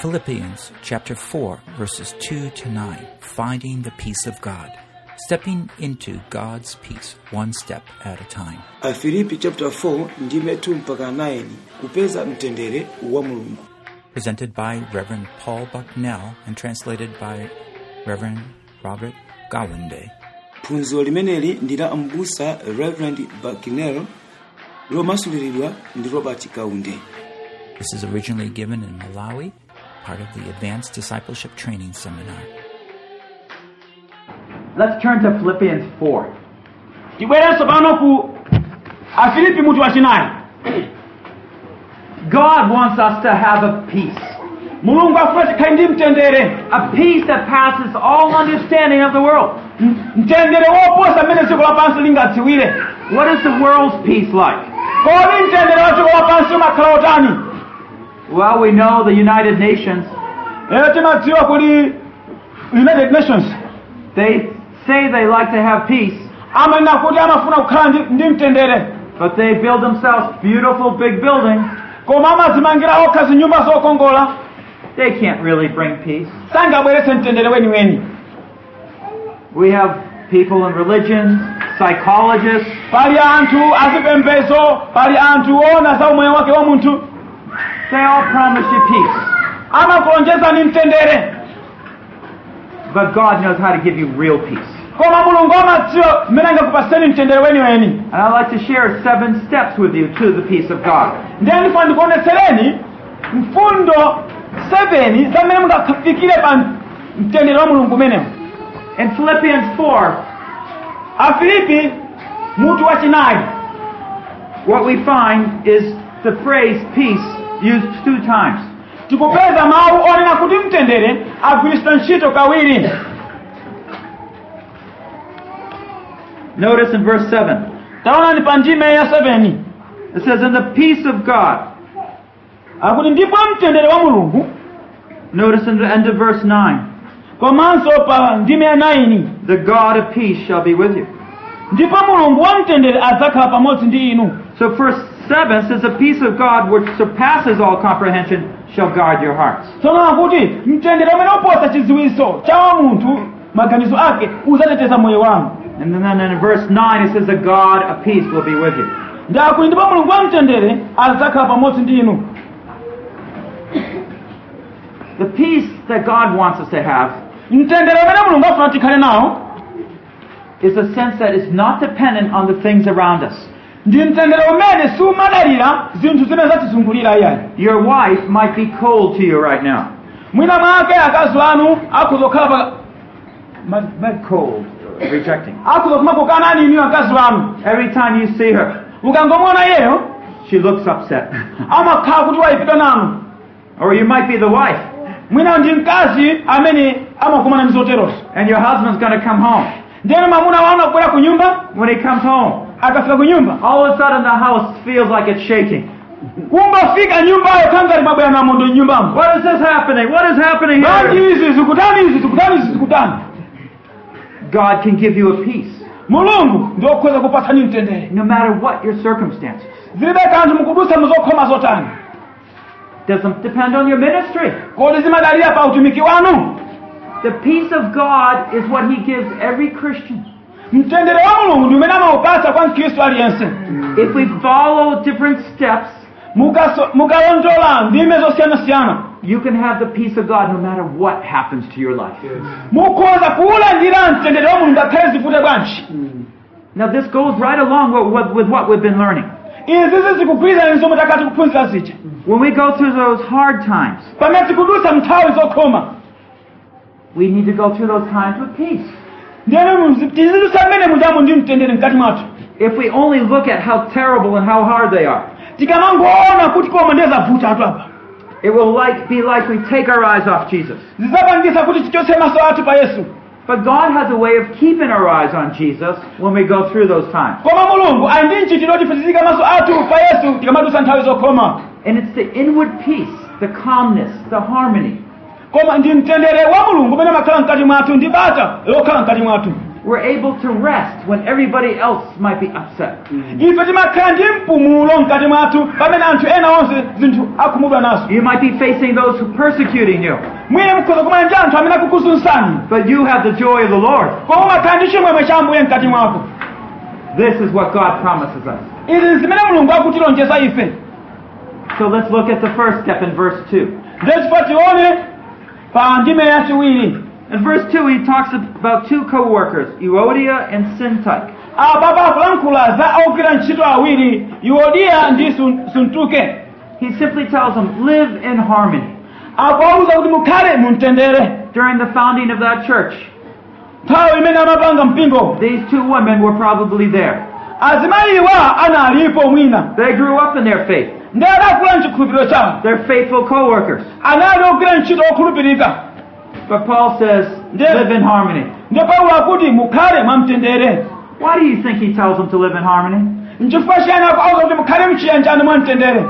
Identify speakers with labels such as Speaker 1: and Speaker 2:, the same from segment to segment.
Speaker 1: Philippians chapter 4 verses 2 to 9, finding the peace of God, stepping into God's peace one step at a time.
Speaker 2: afilipi chapter 4 ndime 2 mpaka 9 kupeza mtendere wa mulungu
Speaker 1: Presented by Reverend Paul Bucknell and translated by Reverend Robert Gawande.
Speaker 2: phunziro limeneli ndi la m'busa reverend bucknell lomasulilidwa ndi robert kaunde
Speaker 1: This is originally given in Malawi, part of the Advanced Discipleship Training Seminar.
Speaker 3: Let's turn to Philippians 4.
Speaker 4: tibwere tsopano ku afilipi mutu wachinayi
Speaker 3: God wants us to have a peace,
Speaker 4: mulungu afuna tikhale ndi mtendere
Speaker 3: a peace that passes all understanding of the world.
Speaker 4: M- mtendere woposa mmene dziko lapansi lingadziwire
Speaker 3: What is the world's peace like?
Speaker 4: kodi mtendere wa dziko lapansi umakhala utani
Speaker 3: Well, we know the United Nations,
Speaker 4: lero timadziwa kuli united nations
Speaker 3: they say they like to have peace,
Speaker 4: amanena kuti amafuna kukhala ndi, ndi mtendere
Speaker 3: but they build themselves beautiful big buildings.
Speaker 4: koma amadzimangira okha zinyumba zokongola
Speaker 3: They can't really bring peace.
Speaker 4: sangabweretse mtendere weniweni
Speaker 3: We have people in religions, psychologists,
Speaker 4: pali anthu azipembezo pali anthu woona za umoyo wake wa munthu
Speaker 3: they all promise you peace.
Speaker 4: amakulonjezani mtendere
Speaker 3: But God knows how to give you real peace.
Speaker 4: koma mulungu amadziwa mmene angakupaseni mtendere weniweni
Speaker 3: And I'd like to share seven steps with you to the peace of God.
Speaker 4: ndiye ndifa ndikuonetsereni mfundo 7 za mmene mungafikire pa mtendere wa mulungu umenewu
Speaker 3: In Philippians 4,
Speaker 4: afilipi mutu wachinayi
Speaker 3: what we find is the phrase peace used two times.
Speaker 4: tikupeza mawu onena kuti mtendere agwiritsidwa ntchito kawiri
Speaker 3: Notice in verse 7,
Speaker 4: taonani pa ndime ya 7
Speaker 3: it says, In the peace of God.
Speaker 4: akuti ndipo mtendere wa mulungu
Speaker 3: Notice in the end of verse 9,
Speaker 4: komanso pa ndime ya 9
Speaker 3: the God of peace shall be with you.
Speaker 4: ndipo mulungu wa mtendere adzakhala pamodzi ndi inu
Speaker 3: So, verse 7 says, The peace of God which surpasses all comprehension shall guard your hearts.
Speaker 4: tsono akuti mtendere umene uposa chidziwitso cha wa munthu maganizo ake udzateteza moyo wanu
Speaker 3: And then in verse 9, it says, The God of peace will be with you.
Speaker 4: ndakuti ndipo mulungu wa mtendere adzakhala pamodzi ndi inu
Speaker 3: The peace that God wants us to have
Speaker 4: mtendere umene mulungu afuna tikhale nawo
Speaker 3: is a sense that is not dependent on the things around us.
Speaker 4: ndi mtendere umene siumadalira zinthu zimene zatizungulira iyayi
Speaker 3: Your wife might be cold to you right now.
Speaker 4: mwina mwake akazi anu akuzokhala pa
Speaker 3: Not cold, rejecting.
Speaker 4: akuzokuma kukanani inu akazi anu
Speaker 3: Every time you see her,
Speaker 4: ukangomona
Speaker 3: oh?
Speaker 4: iyeyo
Speaker 3: she looks upset.
Speaker 4: amakhala kuti wayipidwa nanu
Speaker 3: or you might be the wife,
Speaker 4: mwina ndi mkazi amene amakumana ndi zoterozo
Speaker 3: and your husband's going to come home.
Speaker 4: ndiyeno mwamuna wanu akubwera ku nyumba
Speaker 3: When he comes home,
Speaker 4: akafika ku nyumba
Speaker 3: all of a sudden the house feels like it's shaking.
Speaker 4: kungofika nyumbayo kanza limabwera namondo nyumbamo
Speaker 3: What is this happening? What is happening
Speaker 4: banji
Speaker 3: here?
Speaker 4: izi zikutani izi zikutani izi zikutani
Speaker 3: God can give you a peace
Speaker 4: mulungu ndiokhweza kupatsani mtendere
Speaker 3: no matter what your circumstances.
Speaker 4: zilibe kanthu mukudusa muzokhoma zotani
Speaker 3: Doesn't depend on your ministry.
Speaker 4: kodi zimadalira pa utumiki wanu
Speaker 3: The peace of God is what he gives every Christian.
Speaker 4: mtendere wa mulungu ndi umene amaupatsa kwa mkhristu aliyense
Speaker 3: If we follow different steps,
Speaker 4: Mukaso- mukalondola ndime zosiyanasiyana
Speaker 3: you can have the peace of God no matter what happens to your life.
Speaker 4: mukhoza kuwulandira mtendere wa mulungu ngakhale zifute bwanji
Speaker 3: Now, this goes right along with what, with what we've been learning.
Speaker 4: izizi zikugwirizani zomwe takati kuphunzira zija
Speaker 3: When we go through those hard times,
Speaker 4: pamene tikudusa nthawi zokhoma
Speaker 3: we need to go through those times with peace.
Speaker 4: ndiyeno tizidusa mmene mujamo ndi mtendere mkati mwathu
Speaker 3: If we only look at how terrible and how hard they are,
Speaker 4: tikamangoona kuti koma ndiye zavuta anthu apa
Speaker 3: it will like, be like we take our eyes off Jesus.
Speaker 4: zizapangisa kuti tichotse maso athu pa yesu
Speaker 3: But God has a way of keeping our eyes on Jesus when we go through those times.
Speaker 4: koma mulungu ali ndi mchitiro tifitizika maso athu pa yesu tikamadusa nthawi zokhoma
Speaker 3: And it's the inward peace, the calmness, the harmony
Speaker 4: koma ndi mtendere wa mulungu umene makhala mkati mwathu ndi bata lokhala mkati mwathu
Speaker 3: we're able to rest when everybody else might be upset.
Speaker 4: ife timakhala ndi mpumulo mkati mwathu pamene anthu ena onse zinthu akhumudwa nazo
Speaker 3: You might be facing those who persecuting you,
Speaker 4: mwine mukhoza kumana ndi anthu amene akukusunsani
Speaker 3: but you have the joy of the Lord.
Speaker 4: koma umakhala ndi chimwemwe cha ambuye mkati mwako
Speaker 3: This is what God promises us.
Speaker 4: izi zimene mulungu akutilonjeza ife
Speaker 3: So let's look at the first step in verse 2.
Speaker 4: ndesipo tione pa ndime yachiwiri
Speaker 3: In verse 2, he talks about two co workers, Euodia and Syntyche.
Speaker 4: apapa akulankhula za ogwira ntchito awiri yuodiya ndi Sun- suntuke
Speaker 3: He simply tells them, live in harmony.
Speaker 4: akuwawuza kuti mukhale mumtendere
Speaker 3: During the founding of that church,
Speaker 4: nthawi imene amapanga mpingo
Speaker 3: these two women were probably there.
Speaker 4: azimayiwa analipo mwina
Speaker 3: They grew up in their faith.
Speaker 4: ndi adakula mchikhulupiriro chawo
Speaker 3: They're faithful co workers.
Speaker 4: anali ogwira ntchito okhulupirika
Speaker 3: But Paul says,
Speaker 4: Yeah.
Speaker 3: live in harmony.
Speaker 4: ndi paulo akuti mukhale mwamtendere
Speaker 3: Why do you think he tells them to live in harmony?
Speaker 4: mchifukwa chiyani akuwawuza kuti mukhale mchiyanjani mwamtendere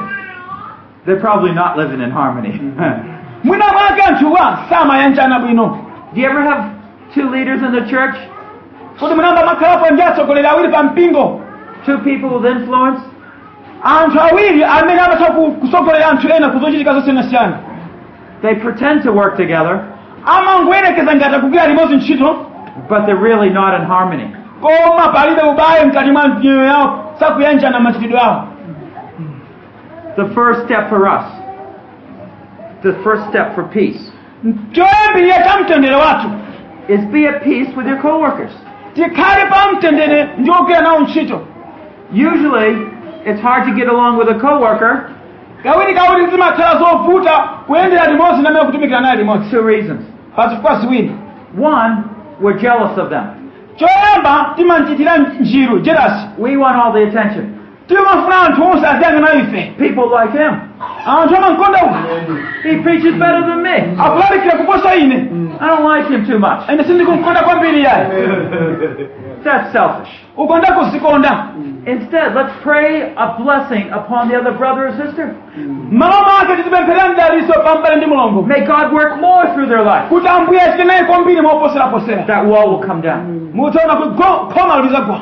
Speaker 3: They're probably not living in harmony.
Speaker 4: Mm-hmm. mwina mwake anthuwa samayanjana bwino
Speaker 3: do you ever have two leaders in the church?
Speaker 4: kuti munamba makhalapo ndi atsogoleri awiri pa mpingo
Speaker 3: Two people with influence?
Speaker 4: anthu awiri amene amatha ku- kusogolera anthu ena kuzochitika zosiyanasiyana
Speaker 3: They pretend to work together,
Speaker 4: amangoyerekeza ngati akugwira limodzi ntchito
Speaker 3: but they're really not in harmony.
Speaker 4: koma palibe ubayo mkati mwa mioyo yawo sakuyanjana machitidwe awo
Speaker 3: The first step for us, the first step for peace,
Speaker 4: choyambirira cha mtendere wathu
Speaker 3: is be at peace with your coworkers.
Speaker 4: tikhale pa mtendere ndi ogwira nawo ntchito
Speaker 3: Usually, it's hard to get along with a coworker.
Speaker 4: kawiri kawiri zimakhala zovuta kuyendera limodzi namene kutumikira naye limodzi
Speaker 3: Two reasons.
Speaker 4: pazifukwa ziwiri
Speaker 3: One, we're jealous of them.
Speaker 4: choyamba timanchitira njiru jerasi
Speaker 3: We want all the attention.
Speaker 4: timafuna anthu onse aziyang'ana ife
Speaker 3: People like him.
Speaker 4: anthu amankonda uyu
Speaker 3: He preaches better than me.
Speaker 4: akulalikira kuposa ine
Speaker 3: I don't like him too much.
Speaker 4: ende sindikumkonda kwambiri yaye
Speaker 3: That's selfish.
Speaker 4: ukonda kuzikonda
Speaker 3: Mm. Instead, let's pray a blessing upon the other brother or sister.
Speaker 4: malo make titipemphera mdaliso pambale ndi mulungu
Speaker 3: May God work more through their life.
Speaker 4: kuti ambuye achite naye kwambiri moposeraposera
Speaker 3: That wall will come down.
Speaker 4: mudzaona kuti go- khoma lulizagwa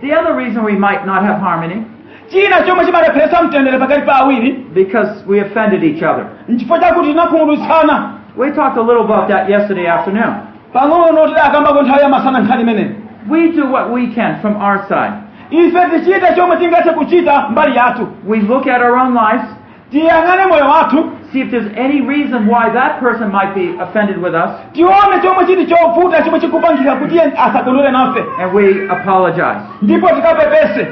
Speaker 3: The other reason we might not have harmony,
Speaker 4: china chomwe chimalepheretsa mtendere pakati pa awiri
Speaker 3: because we offended each other.
Speaker 4: nchifukwa chakuti tinakhumudwitsana
Speaker 3: We talked a little about that yesterday afternoon.
Speaker 4: pang'ono tidakambako nthawi yamasana nkhani imeneyi
Speaker 3: We do what we can from our side.
Speaker 4: ife tichite chomwe tingathe kuchita mbali yathu
Speaker 3: We look at our own lives,
Speaker 4: tiyang'ane moyo wathu
Speaker 3: see if there's any reason why that person might be offended with us,
Speaker 4: tione chomwe chili chovuta chomwe chikupankhika kuti iye asakondwere nafe
Speaker 3: and we apologize.
Speaker 4: ndipo tikapepese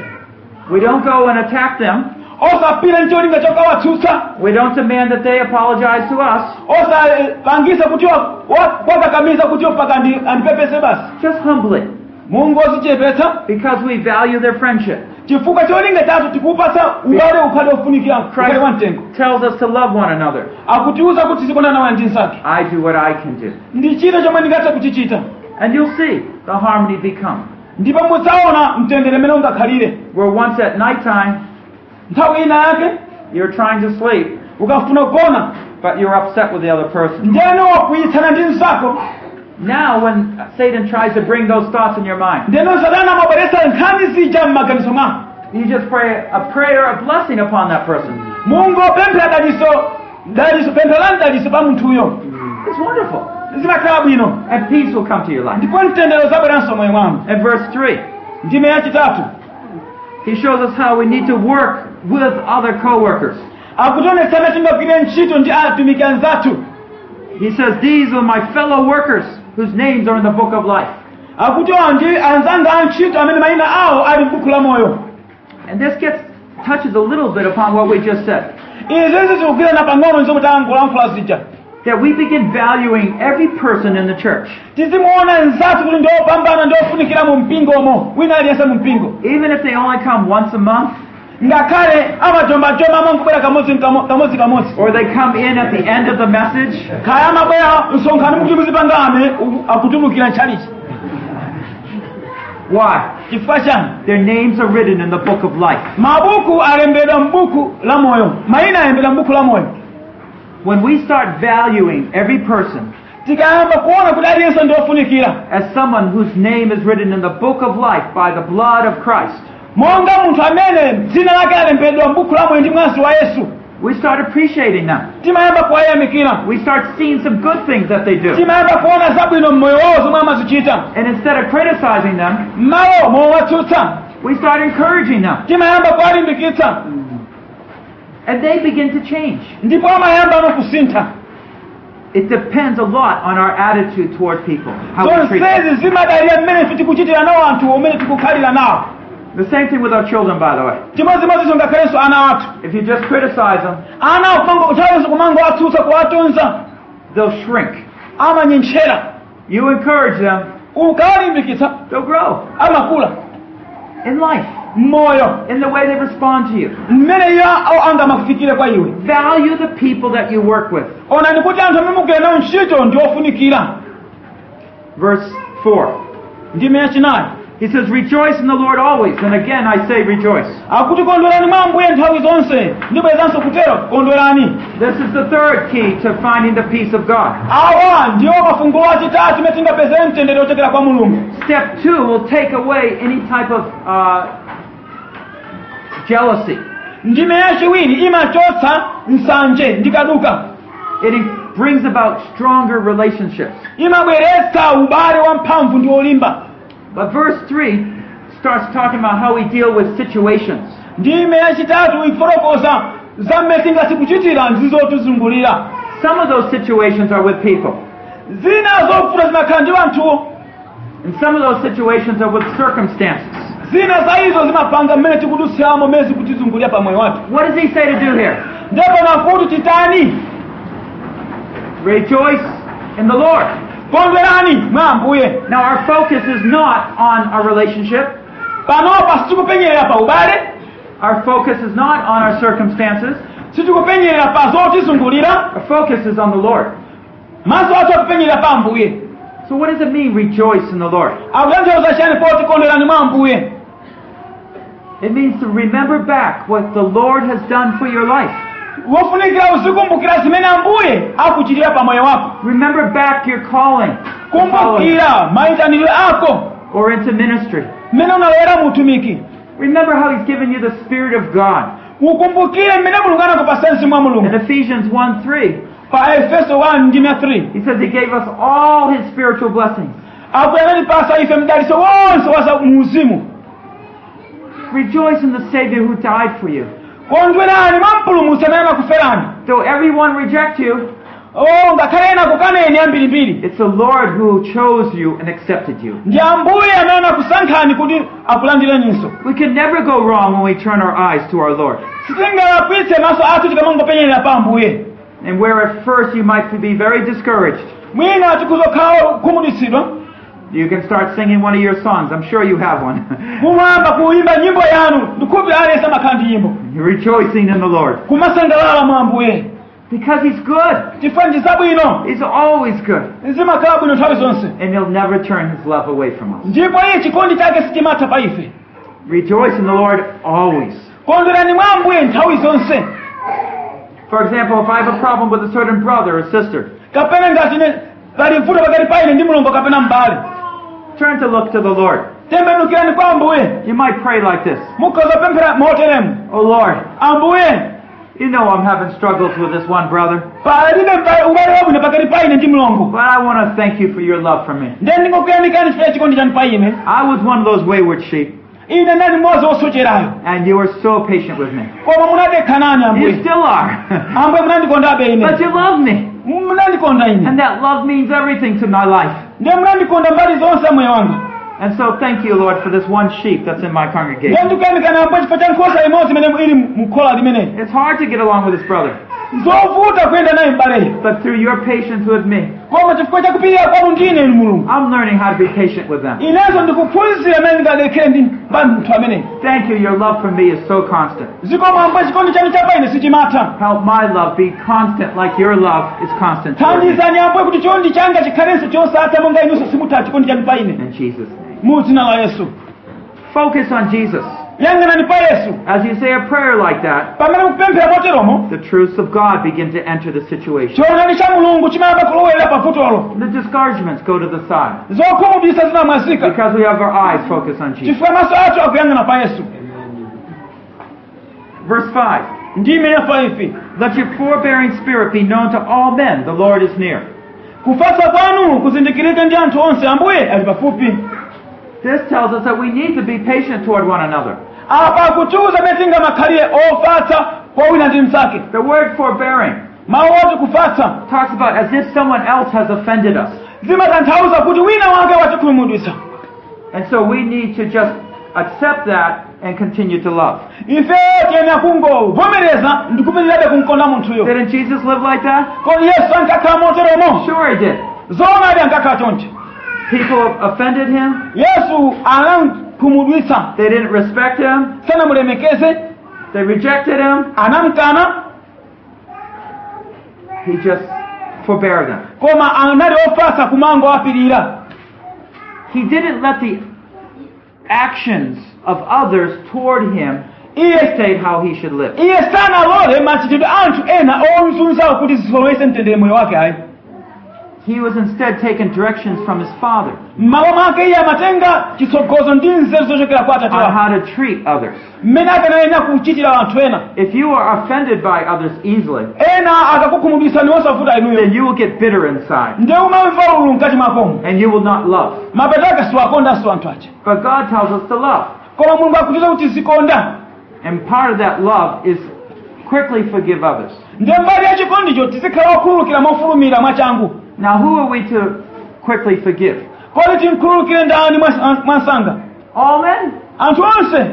Speaker 3: We don't go and attack them.
Speaker 4: osapire ncholinga chokawatsutsa
Speaker 3: We don't demand that they apologize to us.
Speaker 4: osapangisa kuti wa- wa- wakakamiza kuti opaka ndi andipepese basi
Speaker 3: Just humbly,
Speaker 4: mungu wozichepetsa
Speaker 3: because we value their friendship.
Speaker 4: chifukwa cholinga chathu tikupatsa ubale ukhali ofunikira ukhali wa mtengo
Speaker 3: tells us to love one another.
Speaker 4: akutiuza kuti tikonana wani ndi mnzake
Speaker 3: I do what I can do.
Speaker 4: ndi china chomwe ndingathe kuchichita
Speaker 3: And you'll see the harmony become.
Speaker 4: ndipo mudzaona mtendere mene ungakhalire
Speaker 3: Where once at nighttime
Speaker 4: nthawi ina yake
Speaker 3: you're trying to sleep,
Speaker 4: ukafuna kugona
Speaker 3: but you're upset with the other person.
Speaker 4: ndiyani wakuyitsana ndi mnzako
Speaker 3: Now, when Satan tries to bring those thoughts in your mind,
Speaker 4: ndeno satana amabweretsa nkhani zija m'maganizo mwako
Speaker 3: you just pray a prayer of blessing upon that person.
Speaker 4: mungu opemphera daliso daliso pempha la mdaliso pa munthuyo
Speaker 3: It's wonderful.
Speaker 4: zimakhala bwino
Speaker 3: And peace will come to your life.
Speaker 4: ndipo mtendero zabweranso moyo mwanu
Speaker 3: And verse 3,
Speaker 4: ndime yachitatu
Speaker 3: he shows us how we need to work with other co workers.
Speaker 4: akutionetsana tingagwire ntchito ndi atumiki anzathu
Speaker 3: He says, These are my fellow workers whose names are in the book of life.
Speaker 4: akuti awa ndi anzanga a ntchito amene mayina awo ali m'buku la moyo
Speaker 3: And this gets touches a little bit upon what we just said.
Speaker 4: izinso zikugwirana pang'ono ndi zomwe tayankulankhula zija
Speaker 3: That we begin valuing every person in the church,
Speaker 4: tizimuona nzathu kuti ndi opambana ndi ofunikira mu mpingomo wina aliyense mu mpingo
Speaker 3: even if they only come once a month,
Speaker 4: ngakhale amajombajomba amankubwera kamodzi nkamo- kamodzi kamodzi
Speaker 3: or they come in at the end of the message,
Speaker 4: khaya mabwera msonkhano mukuti muzipangame u- akutumukira ntchalichi
Speaker 3: why?
Speaker 4: chifukwa chani
Speaker 3: Their names are written in the book of life.
Speaker 4: mabuku alembedwa mbuku la moyo mayina alembedwa mbuku la moyo
Speaker 3: When we start valuing every person,
Speaker 4: tikayamba kuona kuti aliyense ndiofunikira
Speaker 3: as someone whose name is written in the book of life by the blood of Christ.
Speaker 4: monga munthu amene dzina lake alembedwa m'buku la moyo ndi mwazi wa yesu
Speaker 3: We start appreciating them.
Speaker 4: timayamba kuwayamikira
Speaker 3: We start seeing some good things that they do.
Speaker 4: timayamba kuona zabwino m'moyo wawo zomwe amazichita
Speaker 3: And instead of criticizing them,
Speaker 4: m'malo mowatsutsa
Speaker 3: we start encouraging them.
Speaker 4: timayamba kuwalimbikitsa
Speaker 3: And they begin to change.
Speaker 4: ndipo amayamba amakusintha
Speaker 3: It depends a lot on our attitude toward people, how we treat them.
Speaker 4: zonsezi zimadalira mmene tikuchitira nawo anthu umene tikukhalira nawo
Speaker 3: The same thing with our children, by the way.
Speaker 4: chimodzimodzinso ngakhalenso ana athu
Speaker 3: If you just criticize them,
Speaker 4: ana uthawenso kumanga atsutsa kuwatunza
Speaker 3: they'll shrink.
Speaker 4: amanyentchera
Speaker 3: You encourage them,
Speaker 4: ukawalimbikitsa
Speaker 3: they'll grow
Speaker 4: amakula
Speaker 3: in life,
Speaker 4: mmoyo
Speaker 3: in the way they respond to you.
Speaker 4: mmene iyo awo anga amakufikire kwa iwe
Speaker 3: Value the people that you work with.
Speaker 4: onani kuti anthu amene mugwira nawo ntchito ndi ofunikira
Speaker 3: Verse 4.
Speaker 4: ndime yachinayi
Speaker 3: He says, Rejoice in the Lord always. And again, I say rejoice.
Speaker 4: akuti kondwerani mwa ambuye nthawi zonse ndibwezanso kutero kondwerani
Speaker 3: This is the third key to finding the peace of God.
Speaker 4: awa ndiwo mafungo achitatu imene tingapezere mtendere ochokera kwa mulungu
Speaker 3: Step two will take away any type of uh, jealousy.
Speaker 4: ndime yachiwiri imachotsa nsanje ndikaduka
Speaker 3: It brings about stronger relationships.
Speaker 4: imabweretsa ubale wamphamvu ndi olimba
Speaker 3: But verse 3 starts talking about how we deal with situations.
Speaker 4: ndime yachitatu iforokoza zamme tingazikuchitira ndizizotizungulira
Speaker 3: Some of those situations are with people,
Speaker 4: zina zovuta zimakhala ndi anthuwo
Speaker 3: and some of those situations are with circumstances.
Speaker 4: zina za izo zimapanga mmene tikudutsiramo mmene zikutizungulira pamwe wathu
Speaker 3: What does he say to do here?
Speaker 4: ndepano kuti titani
Speaker 3: Rejoice in the Lord.
Speaker 4: kondwerani mwa ambuye
Speaker 3: Now, our focus is not on our relationship,
Speaker 4: panopa sitikupenyera pa ubale
Speaker 3: our focus is not on our circumstances,
Speaker 4: sitikupenyera pa zotizungulira
Speaker 3: our focus is on the Lord.
Speaker 4: maso athu akupenyera pa ambuye
Speaker 3: So, what does it mean, rejoice in the Lord?
Speaker 4: akutanthauza chani poti kondwerani mwa ambuye
Speaker 3: It means to remember back what the Lord has done for your life.
Speaker 4: wofunikira uzikumbukira zimene ambuye akuchitira pamoyo wako
Speaker 3: Remember back your calling, to follow Him,
Speaker 4: kumbukira mayitaniro ako
Speaker 3: or into ministry.
Speaker 4: mmene unaloera mutumiki
Speaker 3: Remember how He's given you the Spirit of God.
Speaker 4: ukumbukire mmene mulungu anakupasa mzimu wa
Speaker 3: In
Speaker 4: mulungu
Speaker 3: Ephesians 1 3,
Speaker 4: pa efeso 1 ndima 3
Speaker 3: He says He gave us all His spiritual blessings.
Speaker 4: apo anatipasa ife mdaliso wonse wa za muuzimu
Speaker 3: Rejoice in the Savior who died for you.
Speaker 4: kondwerani mampulumutsa naye anakuferani
Speaker 3: Though everyone reject you,
Speaker 4: o ngakhale ena kukaneni ambirimbiri
Speaker 3: it's the Lord who chose you and accepted you.
Speaker 4: ndi ambuye amene anakusankhani kuti akulandireninso
Speaker 3: We can never go wrong when we turn our eyes to our Lord.
Speaker 4: sitingalakwitse maso athu tikamangopenyerera pa ambuye
Speaker 3: And where at first you might be very discouraged,
Speaker 4: mwina tikuzokhala kumuditsidwa
Speaker 3: you can start singing one of your songs. I'm sure you have one.
Speaker 4: kumwamba kuimba nyimbo yanu ndikhupi alesa makhala ndi nyimbo
Speaker 3: Rejoicing in the Lord.
Speaker 4: kumasangalala mwa ambuye
Speaker 3: Because He's good.
Speaker 4: chifukwa ndi zabwino
Speaker 3: He's always good.
Speaker 4: zimakhala bwino nthawi zonse
Speaker 3: And He'll never turn His love away from us.
Speaker 4: ndipo iye chikondi chake sichimatha pa ife
Speaker 3: Rejoice in the Lord always.
Speaker 4: kondwerani mwa ambuye nthawi zonse
Speaker 3: For example, if I have a problem with a certain brother or sister,
Speaker 4: kapena ngati ne pali mvuto pakati pa ine ndi mulungu kapena m'bale
Speaker 3: turn to look to the Lord.
Speaker 4: tembenukirani kwa ambuye
Speaker 3: You might pray like this
Speaker 4: mukhazapemphera moteremu
Speaker 3: Oh Lord,
Speaker 4: ambuye
Speaker 3: you know I'm having struggles with this one brother,
Speaker 4: palibe mba- ubale wabwino pakati pa ine ndi mulungu
Speaker 3: but I want to thank you for your love for me.
Speaker 4: ndiye ndingokuyanikani chifukwa chikondi chanu pa ine
Speaker 3: I was one of those wayward sheep,
Speaker 4: ine ndali mmodzi wosocherayo
Speaker 3: and you were so patient with me.
Speaker 4: koma munadekha nani
Speaker 3: You
Speaker 4: ambuye
Speaker 3: still are.
Speaker 4: ambuye munandikondabe ine
Speaker 3: but you love me.
Speaker 4: munandikonda
Speaker 3: And
Speaker 4: ine
Speaker 3: that love means everything to my life.
Speaker 4: ndiye munandikonda mbali zonse amoyo wanga
Speaker 3: And so thank you, Lord, for this one sheep that's in my
Speaker 4: ndiye
Speaker 3: congregation.
Speaker 4: ndikuyanikani ambuye chifukwa cha nkhosa imodzi imene ili mkhola limeneyi
Speaker 3: It's hard to get along with this brother.
Speaker 4: zovuta kuyenda naye mbaleyo
Speaker 3: But through your patience with me,
Speaker 4: koma chifukwa cha kupirira kwanu ndi ine inu mulungu
Speaker 3: I'm learning how to be patient with them.
Speaker 4: inezo ndikuphunzira amene ndingadekhele ndi mbali mnthu ameneyi
Speaker 3: Thank you, your love for me is so constant.
Speaker 4: zikoma ambuye chikondi chanu cha pa ine sichimatha
Speaker 3: Help my love be constant like your love is constant. toward me.
Speaker 4: thandizani ambuye kuti chikondi changa chikhalenso chosatha monga inunso simutha chikondi chanu pa ine
Speaker 3: In Jesus' name.
Speaker 4: mu dzina la yesu
Speaker 3: Focus on Jesus.
Speaker 4: yang'anani pa yesu
Speaker 3: As you say a prayer like that,
Speaker 4: pamene mukupemphera poteromo
Speaker 3: the truths of God begin to enter the situation.
Speaker 4: chiwonani cha mulungu chimayamba kulowera pavutolo
Speaker 3: The discouragements go to the side
Speaker 4: zokhumudwisa zinamwazika
Speaker 3: because we have our eyes focused on Jesus.
Speaker 4: chifukwa maso athu akuyang'ana pa yesu
Speaker 3: Verse 5
Speaker 4: ndi imene yafa ife
Speaker 3: Let your forbearing spirit be known to all men, the Lord is near.
Speaker 4: kufasa kwanu kuzindikirike ndi anthu onse ambuye ali pafupi
Speaker 3: This tells us that we need to be patient toward one another.
Speaker 4: apa akutiuza metinga makhalire ofatsa kwa wina ndi mnzake
Speaker 3: The word forbearing
Speaker 4: mawu oti kufatsa
Speaker 3: talks about as if someone else has offended us.
Speaker 4: zimatanthauza kuti wina wake watikhulumudwisa
Speaker 3: And so we need to just accept that and continue to love.
Speaker 4: ife tiyenera kungovomereza ndi kupitirabe kumkonda munthuyo
Speaker 3: Didn't Jesus live like that?
Speaker 4: kodi yesu ankakhala moteromo
Speaker 3: Sure, he did.
Speaker 4: zoonadi ankakhala chonchi
Speaker 3: People offended him,
Speaker 4: yesu anamkhumudwitsa
Speaker 3: they didn't respect him,
Speaker 4: sanamulemekeze
Speaker 3: they rejected him.
Speaker 4: anamkana
Speaker 3: He just forbore them.
Speaker 4: koma anali ofatsa kumango apirira
Speaker 3: He didn't let the actions of others toward him
Speaker 4: iye
Speaker 3: dictate how he should live.
Speaker 4: iye sanalole machitidwe anthu ena omzunzawo kuti zisolowese mtendere moyo wake ayi
Speaker 3: He was instead taking directions from his father
Speaker 4: mmawa mwake iye amatenga chitsogozo ndi nzeru zochokera kwa atate
Speaker 3: on
Speaker 4: wake
Speaker 3: how to treat others.
Speaker 4: mmene akanayenera kuchitira anthu ena
Speaker 3: If you are offended by others easily,
Speaker 4: ena akakukhumudwitsani wosavuta
Speaker 3: then
Speaker 4: inuyo
Speaker 3: you will get bitter inside
Speaker 4: ndi umamva ululu mkati mwakomo
Speaker 3: and you will not love.
Speaker 4: mapetake siwakondanso anthu aja
Speaker 3: But God tells us to love.
Speaker 4: koma mulungu akutiza kuti zikonda
Speaker 3: And part of that love is quickly forgive others.
Speaker 4: ndiye mbali ya chikondicho tizikhala wokhululukira mofulumira mwachangu
Speaker 3: Now, who are we to quickly forgive?
Speaker 4: kodi timkhululukire ndani mwa- mwa msanga
Speaker 3: All men?
Speaker 4: anthu onse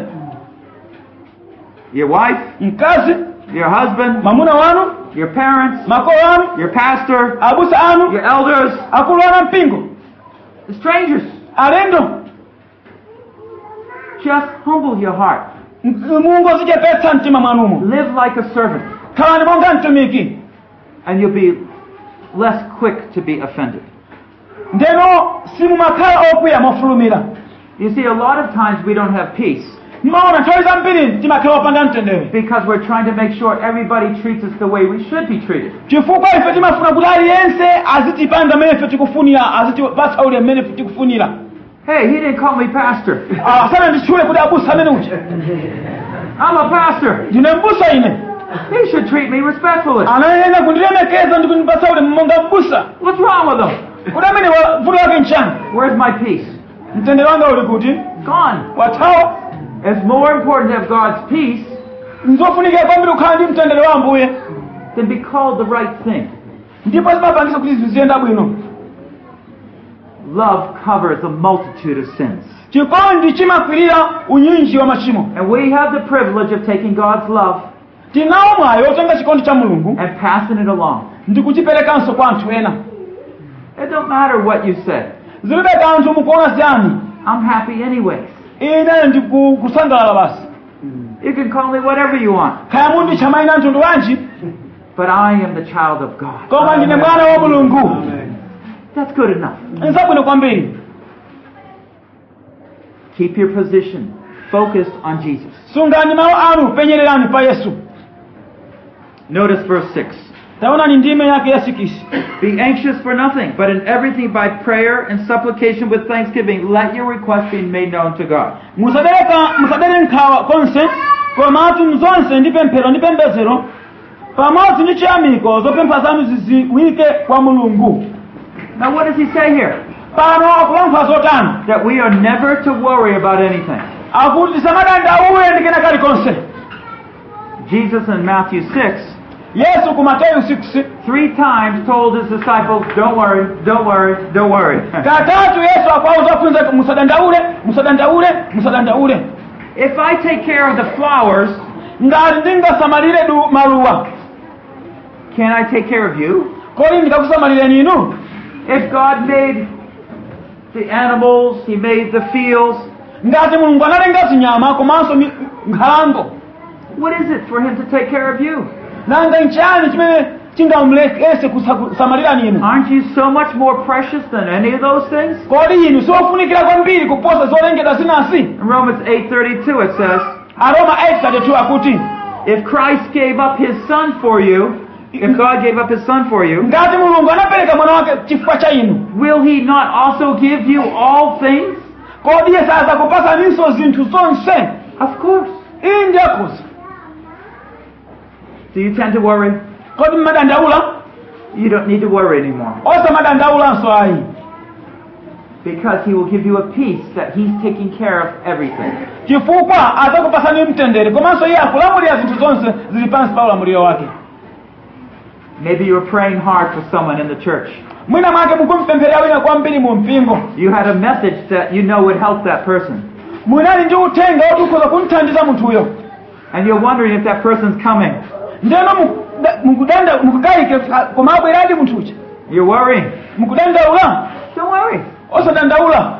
Speaker 3: Your wife,
Speaker 4: mkazi
Speaker 3: your husband,
Speaker 4: mamuna wanu
Speaker 3: your parents,
Speaker 4: makolo anu
Speaker 3: your pastor,
Speaker 4: abusa anu
Speaker 3: your elders,
Speaker 4: akulu ana mpingo
Speaker 3: strangers.
Speaker 4: alendo
Speaker 3: Just humble your heart.
Speaker 4: mulungu zichepetsa mtima mwanumo
Speaker 3: Live like a servant,
Speaker 4: khalani monga mtumiki
Speaker 3: and you'll be less quick to be offended.
Speaker 4: ndeno simumakhala okwiya mofulumira
Speaker 3: You see, a lot of times we don't have peace
Speaker 4: maona nthawi zambiri timakhala opanda mtendere
Speaker 3: because we're trying to make sure everybody treats us the way we should be treated.
Speaker 4: chifukwa ife timafuna kuti aliyense azitipanda mmene ife tikufunira azitipatsa ule mmene ife tikufunira Ah,
Speaker 3: Hey, he didn't call me pastor.
Speaker 4: asana nditchule kuti abusa amene uja
Speaker 3: I'm a pastor.
Speaker 4: ndine mbusa ine
Speaker 3: He should treat me respectfully.
Speaker 4: anayenera kundilemekeza ndi kundipatsa ule monga mbusa
Speaker 3: What's wrong with them?
Speaker 4: kuti amene wa- vuto wake mchani
Speaker 3: Where's my peace?
Speaker 4: mtendere wanga uli kuti
Speaker 3: Gone.
Speaker 4: wathawa
Speaker 3: It's more important to have God's peace
Speaker 4: nzofunika kwambiri kukhala ndi mtendere wa ambuye
Speaker 3: than be called the right thing.
Speaker 4: ndipo zimapangisa kuti izi ziyenda bwino
Speaker 3: Love covers a multitude of sins.
Speaker 4: chikondi chimakwirira unyinji wa machimo
Speaker 3: And we have the privilege of taking God's love
Speaker 4: tinawo mwayo otenga chikondi cha mulungu
Speaker 3: and passing it along.
Speaker 4: ndi kuchiperekanso kwa anthu ena
Speaker 3: It don't matter what you say.
Speaker 4: zilibe kanthu mukuona ziyani
Speaker 3: I'm happy anyways.
Speaker 4: ine ndi ku- kusangalala basi
Speaker 3: You can call me whatever you want,
Speaker 4: khaya munthu chamayina mtundu wanji
Speaker 3: but I am the child of God.
Speaker 4: koma ndine mwana wa mulungu
Speaker 3: That's good enough.
Speaker 4: nzabwino kwambiri
Speaker 3: Keep your position focused on Jesus.
Speaker 4: sungani mawu anu penyererani pa yesu
Speaker 3: Notice verse 6.
Speaker 4: taonani ndi imene yake yesu kisi
Speaker 3: Be anxious for nothing, but in everything by prayer and supplication with thanksgiving, let your request be made known to God.
Speaker 4: musabereka musadere nkhawa konse komatu mzonse ndi pemphero ndi pembedzero pamodzi ndi chiyamiko zopempha zanu ziziwike kwa mulungu
Speaker 3: Now, what does he say here?
Speaker 4: pano akulankhwa zotani
Speaker 3: That we are never to worry about anything.
Speaker 4: akuti tisamadandauye ndi kena kalikonse
Speaker 3: Jesus in Matthew 6
Speaker 4: yesu ku mateyu 6
Speaker 3: three times told his disciples, Don't worry, don't worry, don't worry.
Speaker 4: katatu yesu akwauza afunza kuti musadandaule musadandaule musadandaule
Speaker 3: if I take care of the flowers,
Speaker 4: ngati ndingasamalire du maluwa
Speaker 3: can I take care of you?
Speaker 4: kodi ndikakusamalireni inu
Speaker 3: If God made the animals, He made the fields,
Speaker 4: ngati mulungu analenga zinyama komanso mi- nkhalango
Speaker 3: what is it for Him to take care of you?
Speaker 4: nanga nchani chimene tingamulese kusamalira ninu
Speaker 3: Aren't you so much more precious than any of those things?
Speaker 4: kodi inu siofunikira kwambiri kuposa zolengedwa zinansi
Speaker 3: In Romans 8:32 it says,
Speaker 4: aroma 8:32 akuti
Speaker 3: "If Christ gave up his son for you, if God gave up his son for you,
Speaker 4: ngati mulungu anapereka mwana wake chifukwa cha inu
Speaker 3: will he not also give you all things?"
Speaker 4: kodi yesu azakupasaninso zinthu zonse
Speaker 3: Of course.
Speaker 4: iyi ndiye kuza
Speaker 3: Do you tend to worry?
Speaker 4: kodi mmadandaula
Speaker 3: You don't need to worry anymore
Speaker 4: osamadandaulonso ayi
Speaker 3: because he will give you a peace that he's taking care of everything.
Speaker 4: chifukwa azakupasani mtendere komanso iye akulamulira zinthu zonse zili pansi pa ulamuliro wake
Speaker 3: Maybe you were praying hard for someone in the church.
Speaker 4: mwina mwake mukumpemphera wina kwambiri mu mpingo
Speaker 3: You had a message that you know would help that person.
Speaker 4: mwinali ndi uthenga woti ukhoza kunthandiza munthuyo
Speaker 3: And you're wondering if that person's coming.
Speaker 4: ndeno mukuda- mukudanda mukugayike koma abweradi munthuja
Speaker 3: You're worrying.
Speaker 4: mukudandaula
Speaker 3: Don't worry.
Speaker 4: osadandaula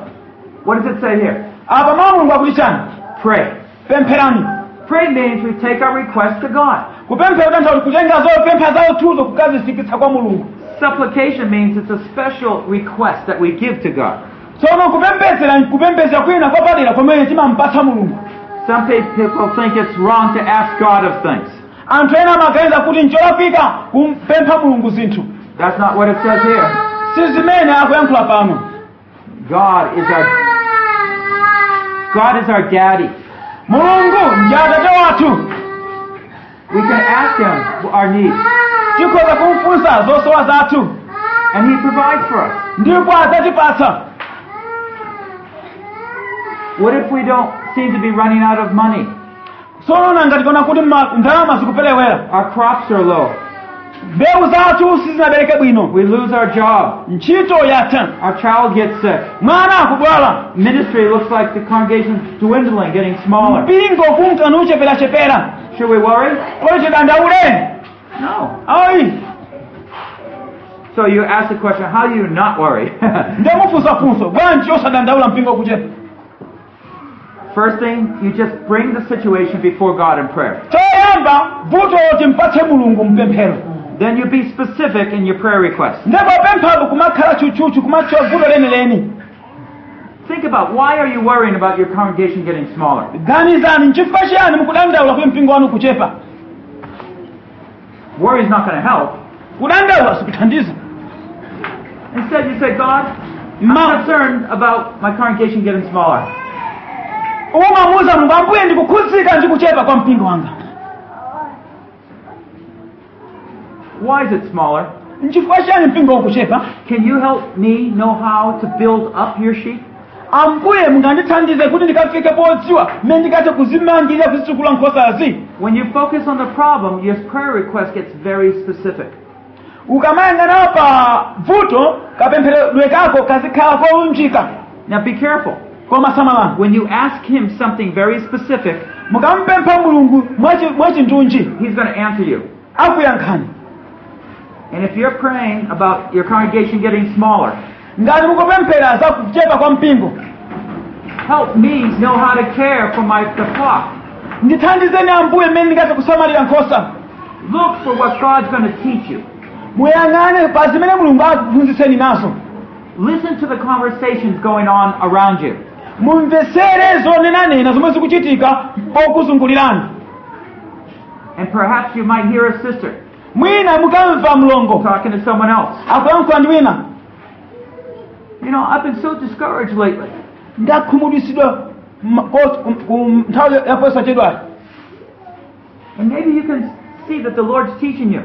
Speaker 3: What does it say here?
Speaker 4: apa mwa mulungu akulichani
Speaker 3: Pray.
Speaker 4: pempherani
Speaker 3: Pray means we take our request to God.
Speaker 4: kupemphera kutanthauli kutenga zopempha zauthuzo kukazifikitsa kwa mulungu
Speaker 3: Supplication means it's a special request that we give to God.
Speaker 4: tsono kupembedzera kupembedzera kwina kwapadera komene timampatsa mulungu
Speaker 3: Some pe- people think it's wrong to ask God of things.
Speaker 4: anthu ena amaganiza kuti ncholafika kumpempha mulungu zinthu
Speaker 3: That's not what it says here.
Speaker 4: si zimene akuyankhula pano
Speaker 3: God is our God is our daddy.
Speaker 4: mulungu ndi atate wathu
Speaker 3: We can ask him our needs
Speaker 4: tikhoza kumfunsa zosowa zathu
Speaker 3: and he provides for us.
Speaker 4: ndipo adzatipatsa
Speaker 3: What if we don't seem to be running out of money?
Speaker 4: tsono nanga tikaona kuti ma- ndalama zikuperewera
Speaker 3: Our crops are low.
Speaker 4: mbewu zathu sizinabereke bwino
Speaker 3: We lose our job.
Speaker 4: ntchito yatha
Speaker 3: Our child gets sick.
Speaker 4: mwana akubwala
Speaker 3: Ministry looks like the congregation's dwindling, getting smaller.
Speaker 4: mpingo kumkani uchepelachepera
Speaker 3: Should we worry?
Speaker 4: kodi tidandaule
Speaker 3: No.
Speaker 4: ayi
Speaker 3: So you ask the question, how do you not worry?
Speaker 4: ndimufunsafunsa bwanji osadandaula mpingo kuchepa
Speaker 3: First thing, you just bring the situation before God in prayer.
Speaker 4: toyamba vuto timpatse mulungu mpemphero
Speaker 3: Then you be specific in your prayer request.
Speaker 4: ndipo pemphapo kumakhala tchutchutchu kumatchewa vuto lenileni
Speaker 3: Think about why are you worrying about your congregation getting smaller?
Speaker 4: ganizani nchifukwa chiyani mukudandaula kuti mpingo wanu kuchepa
Speaker 3: Worry's not going to help.
Speaker 4: kudandaula sikuthandiza
Speaker 3: Instead, you say, God,
Speaker 4: Ma-
Speaker 3: I'm concerned about my congregation getting smaller.
Speaker 4: umamuza mulungu ambuye ndikukhuzika ndikuchepa kwa mpingo wanga
Speaker 3: Why is it smaller?
Speaker 4: nchifukwa chiyani mpingo ukuchepa
Speaker 3: Can you help me know how to build up your sheep?
Speaker 4: ambuye mungandithandize kuti ndikafike podziwa mmene ndikathe kuzimangirira kuzitsukula nkhosazi
Speaker 3: When you focus on the problem, your prayer request gets very specific.
Speaker 4: ukamayang'ana pa vuto kapempheredwe kako kazikhala kolunjika
Speaker 3: Now be careful.
Speaker 4: koma samalani
Speaker 3: When you ask him something very specific,
Speaker 4: mukampempha mulungu mwachi- mwachindunji
Speaker 3: he's going to answer you.
Speaker 4: akuyankhani
Speaker 3: And if you're praying about your congregation getting smaller,
Speaker 4: ngati mukupemphera za kuchepa kwa mpingo
Speaker 3: help me know how to care for my the flock.
Speaker 4: ndithandizeni ambuye mmene ndingathe kusamalira nkhosa
Speaker 3: Look for what God's going to teach you.
Speaker 4: muyang'ane pa zimene mulungu akufunzitseni nazo
Speaker 3: Listen to the conversations going on around you.
Speaker 4: mumvetsere zonenanena zomwe zikuchitika pokuzungulirani
Speaker 3: And perhaps you might hear a sister
Speaker 4: mwina mukamva mlongo
Speaker 3: talking to someone else.
Speaker 4: akuyankhula ndi wina
Speaker 3: You know, I've been so discouraged lately.
Speaker 4: ndakhumudwisidwa m- ko- kum- kum- nthawi yaposa chedwali
Speaker 3: And maybe you can see that the Lord's teaching you.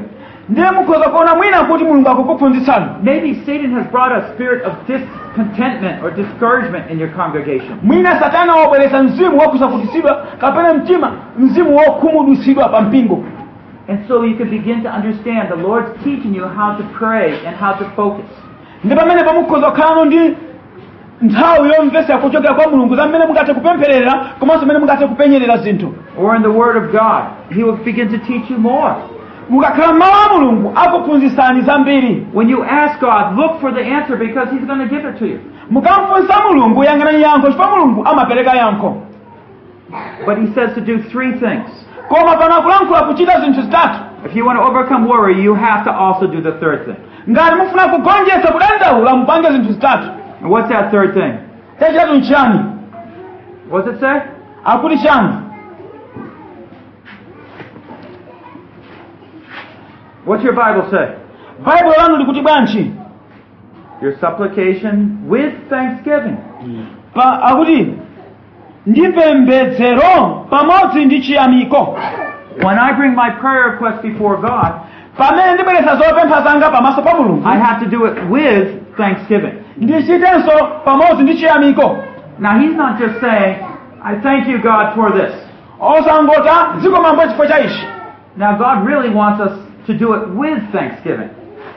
Speaker 4: ndiye mukhoza kuona mwina kuti mulungu akukuphunzitsani
Speaker 3: Maybe Satan has brought a spirit of discontentment or discouragement in your congregation.
Speaker 4: mwina satana wabweresa mzimu wakusakutisidwa kapena mtima mzimu wokhumudwisidwa pa mpingo
Speaker 3: And so you can begin to understand the Lord's teaching you how to pray and how to focus.
Speaker 4: ndi pamene pamukhoza kukhalano ndi nthawi yomvesera kuchokera kwa mulungu za mmene mungathe kupempherera komanso mmene mungathe kupenyerera zinthu
Speaker 3: Or in the Word of God, He will begin to teach you more.
Speaker 4: mukakhala mawu a mulungu akuphunzitsani zambiri
Speaker 3: When you ask God, look for the answer because He's going to give it to you.
Speaker 4: mukamfunsa mulungu yang'anani yankho chifukwa mulungu amapereka yankho
Speaker 3: But He says to do three things
Speaker 4: koma pano akulankhula kuchita zinthu zitatu
Speaker 3: If you want to overcome worry, you have to also do the third thing.
Speaker 4: ngati mufuna kugonjetsa kudandawula mupange zinthu zitatu
Speaker 3: And what's that third thing?
Speaker 4: chachitatu nchiyani
Speaker 3: What's it say?
Speaker 4: akuti chani
Speaker 3: What's your Bible say?
Speaker 4: baibulo lanu likuti bwanji
Speaker 3: Your supplication with thanksgiving.
Speaker 4: pa akuti ndi pembedzero pamodzi ndi chiyamiko
Speaker 3: When I bring my prayer request before God,
Speaker 4: pamene ndibweretsa zopempha zanga pamaso pa mulungu
Speaker 3: I have to do it with thanksgiving.
Speaker 4: ndichitenso pamodzi ndi chiyamiko
Speaker 3: Now, he's not just saying, I thank you, God, for this.
Speaker 4: osangota zikomambo chifukwa cha ichi
Speaker 3: Now, God really wants us to do it with thanksgiving,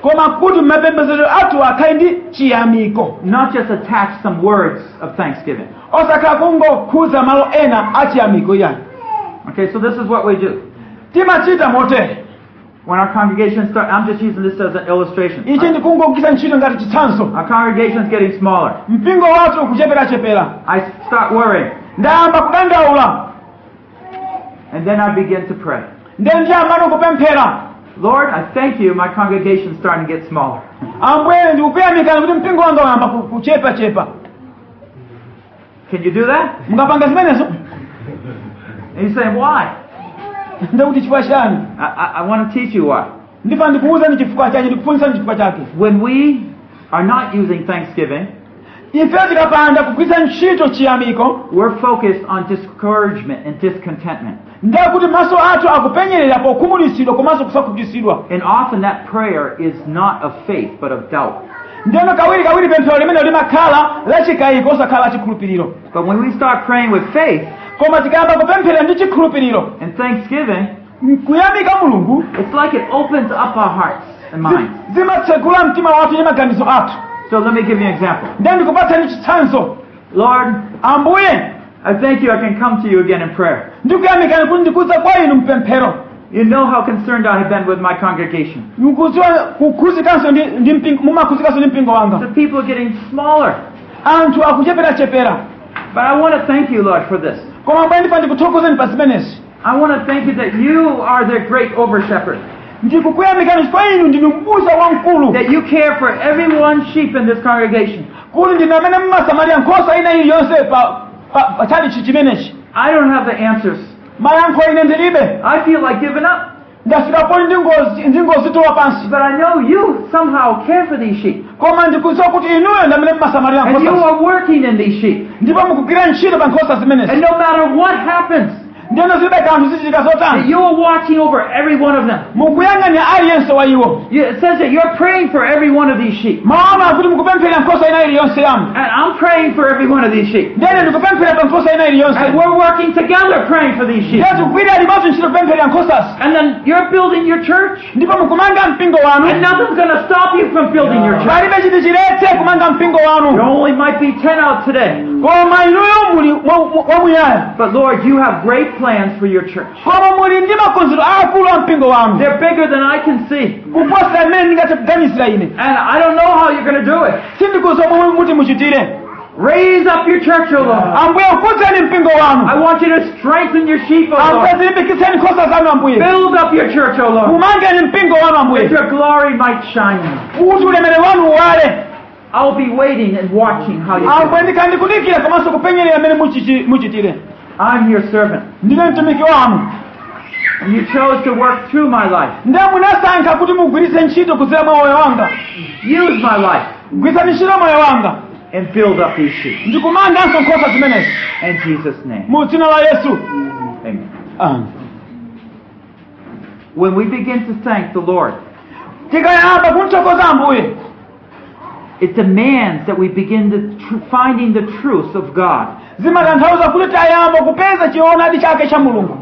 Speaker 4: koma kuti mapembedzero athu akhale ndi chiyamiko
Speaker 3: not just attach some words of thanksgiving.
Speaker 4: osakhala kungokhudza malo ena a chiyamiko yani
Speaker 3: Okay, so this is what we do.
Speaker 4: timachita motere
Speaker 3: When our congregation start, I'm just using this as an illustration.
Speaker 4: ichi ndi kungogwisa ntchito ngati chitsanzo
Speaker 3: Our congregation's getting smaller.
Speaker 4: mpingo wathu ukucheperachepera
Speaker 3: I start worrying,
Speaker 4: ndayamba kudandaula
Speaker 3: and then I begin to pray.
Speaker 4: ndiye ndiyambani kupemphera
Speaker 3: Lord, I thank you, my congregation's starting to get smaller.
Speaker 4: ambuye ndikukuyamikani kuti mpingo wanga wayamba ku- kuchepachepa
Speaker 3: Can you do that?
Speaker 4: mukapanga zimenezo
Speaker 3: And you say, why?
Speaker 4: ndakuti chifukwa chani
Speaker 3: I, I, I want to teach you why.
Speaker 4: ndifa ndikuwuzani chifukwa chake ndikufundisani chifukwa chake
Speaker 3: When we are not using thanksgiving,
Speaker 4: ife tikapanda kugwisa ntchito chiyamiko
Speaker 3: we're focused on discouragement and discontentment.
Speaker 4: ndakuti maso athu akupenyerera pokhumudwisidwa komanso kusakhudzisidwa
Speaker 3: And often that prayer is not of faith, but of doubt.
Speaker 4: ndeno kawiri kawiri pemphero limene limakhala lachikayiko osakhala la chikhulupiriro
Speaker 3: But when we start praying with faith
Speaker 4: koma tikayamba kupemphera ndi chikhulupiriro
Speaker 3: and thanksgiving,
Speaker 4: nkuyamika mulungu
Speaker 3: it's like it opens up our hearts and minds.
Speaker 4: zi- zimatsegula mtima wathu ndi maganizo athu
Speaker 3: So let me give you an example.
Speaker 4: ndiye ndikupatsani chitsanzo
Speaker 3: Lord,
Speaker 4: ambuye
Speaker 3: I thank you I can come to you again in prayer.
Speaker 4: ndikuyamikani kuti ndikuza kwa inu mpemphero
Speaker 3: You know how concerned I have been with my congregation.
Speaker 4: ndikuziwa kukhuzikanso ndi- ndi mpingo- mumakhuzikanso ndi mpingo wanga
Speaker 3: The people are getting smaller.
Speaker 4: anthu akucheperachepera
Speaker 3: But I want to thank you, Lord, for this.
Speaker 4: koma ambuye ndipa ndikuthokozeni pa zimenezi
Speaker 3: I want to thank you that you are the great over shepherd,
Speaker 4: ndikukuyamikani chifukwa inu ndinu m'busa wamkulu
Speaker 3: that you care for every one sheep in this congregation.
Speaker 4: kuti ndinu amene mmasamalira nkhosa ina iliyonse pa pa- pa chalichi chimenechi
Speaker 3: I don't have the answers.
Speaker 4: mayankho ine ndilibe
Speaker 3: I feel like giving up.
Speaker 4: ndafika poli ndingozi- ndingozitowa pansi
Speaker 3: But I know you somehow care for these sheep.
Speaker 4: koma ndikuziwa kuti inuyo ndi amene mmasamalira
Speaker 3: And you
Speaker 4: nkhosa
Speaker 3: are working in these sheep.
Speaker 4: ndipo mukugwira ntchito pa nkhosa
Speaker 3: And
Speaker 4: zimenezi
Speaker 3: no matter what happens,
Speaker 4: ndiyeno zilibe kanthu zichitika
Speaker 3: that
Speaker 4: zotani
Speaker 3: you are watching over every one of them.
Speaker 4: mukuyang'ania aliyense wa iwo
Speaker 3: You- It says that you're praying for every one of these sheep.
Speaker 4: maono akuti mukupemphera nkhosa ina iliyonse yanu
Speaker 3: And I'm praying for every one of these sheep.
Speaker 4: ndene ndikupemphera pa nkhosa ina iliyonse
Speaker 3: And we're working together praying for these sheep.
Speaker 4: ndiye zikugwirira limodzi ntchito kupemphera nkhosazi
Speaker 3: And then you're building your church.
Speaker 4: ndipo mukumanga mpingo wanu
Speaker 3: And nothing's going to stop you from building your church.
Speaker 4: palibe chiti chiretse kumanga mpingo
Speaker 3: There
Speaker 4: wanu
Speaker 3: only might be 10 out today.
Speaker 4: koma inuyo muli mwa- mwa- wamuyaya
Speaker 3: But Lord, you have great plans for your church.
Speaker 4: koma muli ndi makonzero akulu a mpingo wanu
Speaker 3: They're bigger than I can see.
Speaker 4: kuposa imene ndingatiganizira ine
Speaker 3: And I don't know how you're going to do it.
Speaker 4: sindikuza momwe kuti muchitire
Speaker 3: Raise up your church, O Lord.
Speaker 4: ambuye ukuzeni mpingo
Speaker 3: I
Speaker 4: wanu
Speaker 3: want you to strengthen your sheep, O
Speaker 4: ambuye
Speaker 3: Lord.
Speaker 4: zilimbikitseni nkhosa zanu ambuye
Speaker 3: Build up your church, O Lord.
Speaker 4: kumangeni mpingo wanu ambuye
Speaker 3: That your glory might shine.
Speaker 4: kuti ulemere wanu uwale
Speaker 3: I'll be waiting and watching how you do
Speaker 4: ambuye
Speaker 3: it.
Speaker 4: ndikandikudikire komanso kupenyerera imene muchichi- muchitire
Speaker 3: I'm your servant.
Speaker 4: ndine mtumiki wanu
Speaker 3: And you chose to work through my life.
Speaker 4: ndiye munasankha kuti mugwiritse ntchito kudzera mwa moyo wanga
Speaker 3: Use my life
Speaker 4: gwitsani ntchito moyo wanga
Speaker 3: and build up these sheep.
Speaker 4: ndikumanganso nkhosa zimenezi
Speaker 3: In Jesus' name.
Speaker 4: mu dzina la yesu Ah.
Speaker 3: Amen.
Speaker 4: Amen.
Speaker 3: When we begin to thank the Lord,
Speaker 4: tikayamba kumtsogoza ambuye
Speaker 3: it demands that we begin to tr- finding the truths of God.
Speaker 4: zimatanthauza kuti tayamba kupeza chionadi chake cha mulungu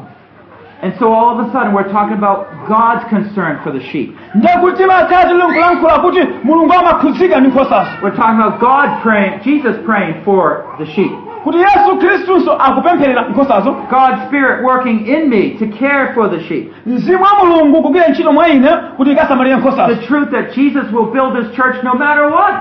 Speaker 3: And so all of a sudden we're talking about God's concern for the sheep.
Speaker 4: ndekuti timatsaya tilinkulankhula kuti mulungu amakhuzika ndi nkhosazo
Speaker 3: We're talking about God praying, Jesus praying for the sheep.
Speaker 4: kuti yesu khristunso akupempherera nkhosazo
Speaker 3: God's Spirit working in me to care for the sheep.
Speaker 4: mzimu wa mulungu kugwira ntchito mwa ine kuti ikasamalire
Speaker 3: The
Speaker 4: nkhosazo
Speaker 3: truth that Jesus will build his church no matter what.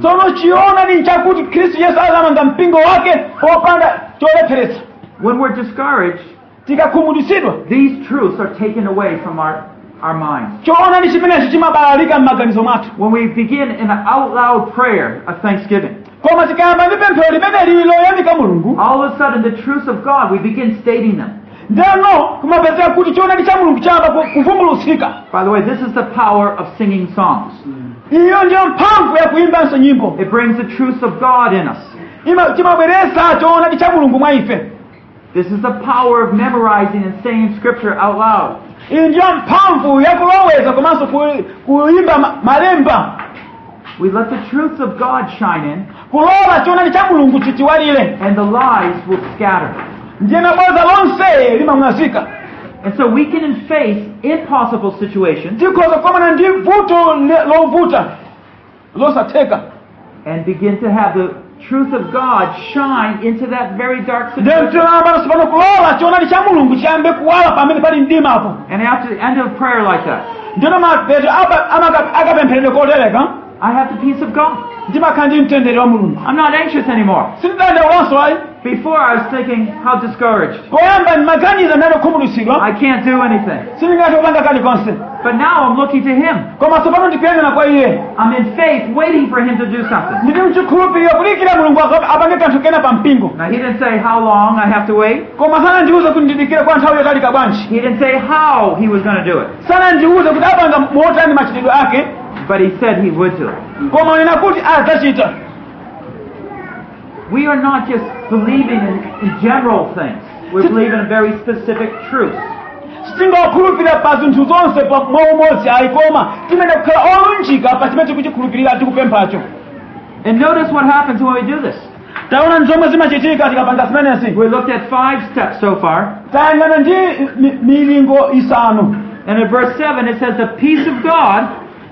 Speaker 4: tsono chionadi nchakuti khristu yesu azamanga mpingo wake popanda cholepheretsa
Speaker 3: When we're discouraged,
Speaker 4: tikakhumudwisidwa
Speaker 3: these truths are taken away from our our minds.
Speaker 4: choona ndi chimenechi chimabalalika m'maganizo mwathu
Speaker 3: When we begin in an out loud prayer of thanksgiving,
Speaker 4: koma tikayamba ndi pemphero limene lili loyamika mulungu
Speaker 3: all of a sudden the truths of God, we begin stating them.
Speaker 4: ndeno kumapezeka kuti choonadi cha mulungu chayamba ku- kuvumbulutsika
Speaker 3: By the way, this is the power of singing songs.
Speaker 4: iyo ndiyo mphamvu ya kuimbanso nyimbo
Speaker 3: It brings the truths of God in us.
Speaker 4: Ima- chimabweretsa choonadi cha mulungu mwa ife
Speaker 3: This is the power of memorizing and saying scripture out loud.
Speaker 4: iyi ndiyo mphamvu ya kuloweza komanso ku- kuimba ma- malemba
Speaker 3: We let the truths of God shine in,
Speaker 4: kulola choonadi cha mulungu chitiwalire
Speaker 3: and the lies will scatter.
Speaker 4: ndiyena bwaza lonse limamwazika
Speaker 3: And so we can face impossible situations
Speaker 4: tikhoza kukomana ndi vuto le- lovuta losatheka
Speaker 3: and begin to have the truth of God shine into that very dark
Speaker 4: ndiye
Speaker 3: situation.
Speaker 4: mtilambaso pano kulola choonadi cha mulungu chiyambe kuwala pamene pali mdima apo
Speaker 3: And after the end of prayer like that,
Speaker 4: ndino mapeto apa- amaka- akapempherere kotereka
Speaker 3: I have the peace of God.
Speaker 4: ndimakhala ndi mtendere wa mulungu
Speaker 3: I'm not anxious anymore.
Speaker 4: sindidanda ulanso ayi
Speaker 3: Before I was thinking, how discouraged.
Speaker 4: poyamba ndimaganiza ndinali okhumudutsidwa
Speaker 3: I can't do anything.
Speaker 4: sindingathe kupanga kani konse
Speaker 3: But now I'm looking to Him.
Speaker 4: koma tsopano ndikuyendera kwa iye
Speaker 3: I'm in faith, waiting for Him to do something.
Speaker 4: ndili mchikhulupiriro kulikira mulungu ako- apange kanthu kena pa mpingo
Speaker 3: Now, He didn't say how long I have to wait.
Speaker 4: koma sanandiwuze kuti ndidikire kwa nthawi yotalika bwanji
Speaker 3: He didn't say how He was going to do it.
Speaker 4: sanandiwuze kuti apanga motani machitidwe ake
Speaker 3: But He said He would do it.
Speaker 4: koma nena kuti adzachita
Speaker 3: We are not just believing in, in general things. We're believing in very specific truths.
Speaker 4: sitingokhulupirira pa zinthu zonse pa mwaumodzi ayi koma timene kukhala olunjika pa chimene tikuchikhulupirira tikupemphacho
Speaker 3: And notice what happens when we do this.
Speaker 4: taona nzomwe zimachitika tikapanga zimenezi
Speaker 3: We looked at five steps so far.
Speaker 4: tayang'ana ndi mi- milingo isanu
Speaker 3: And in verse 7, it says, The peace of God,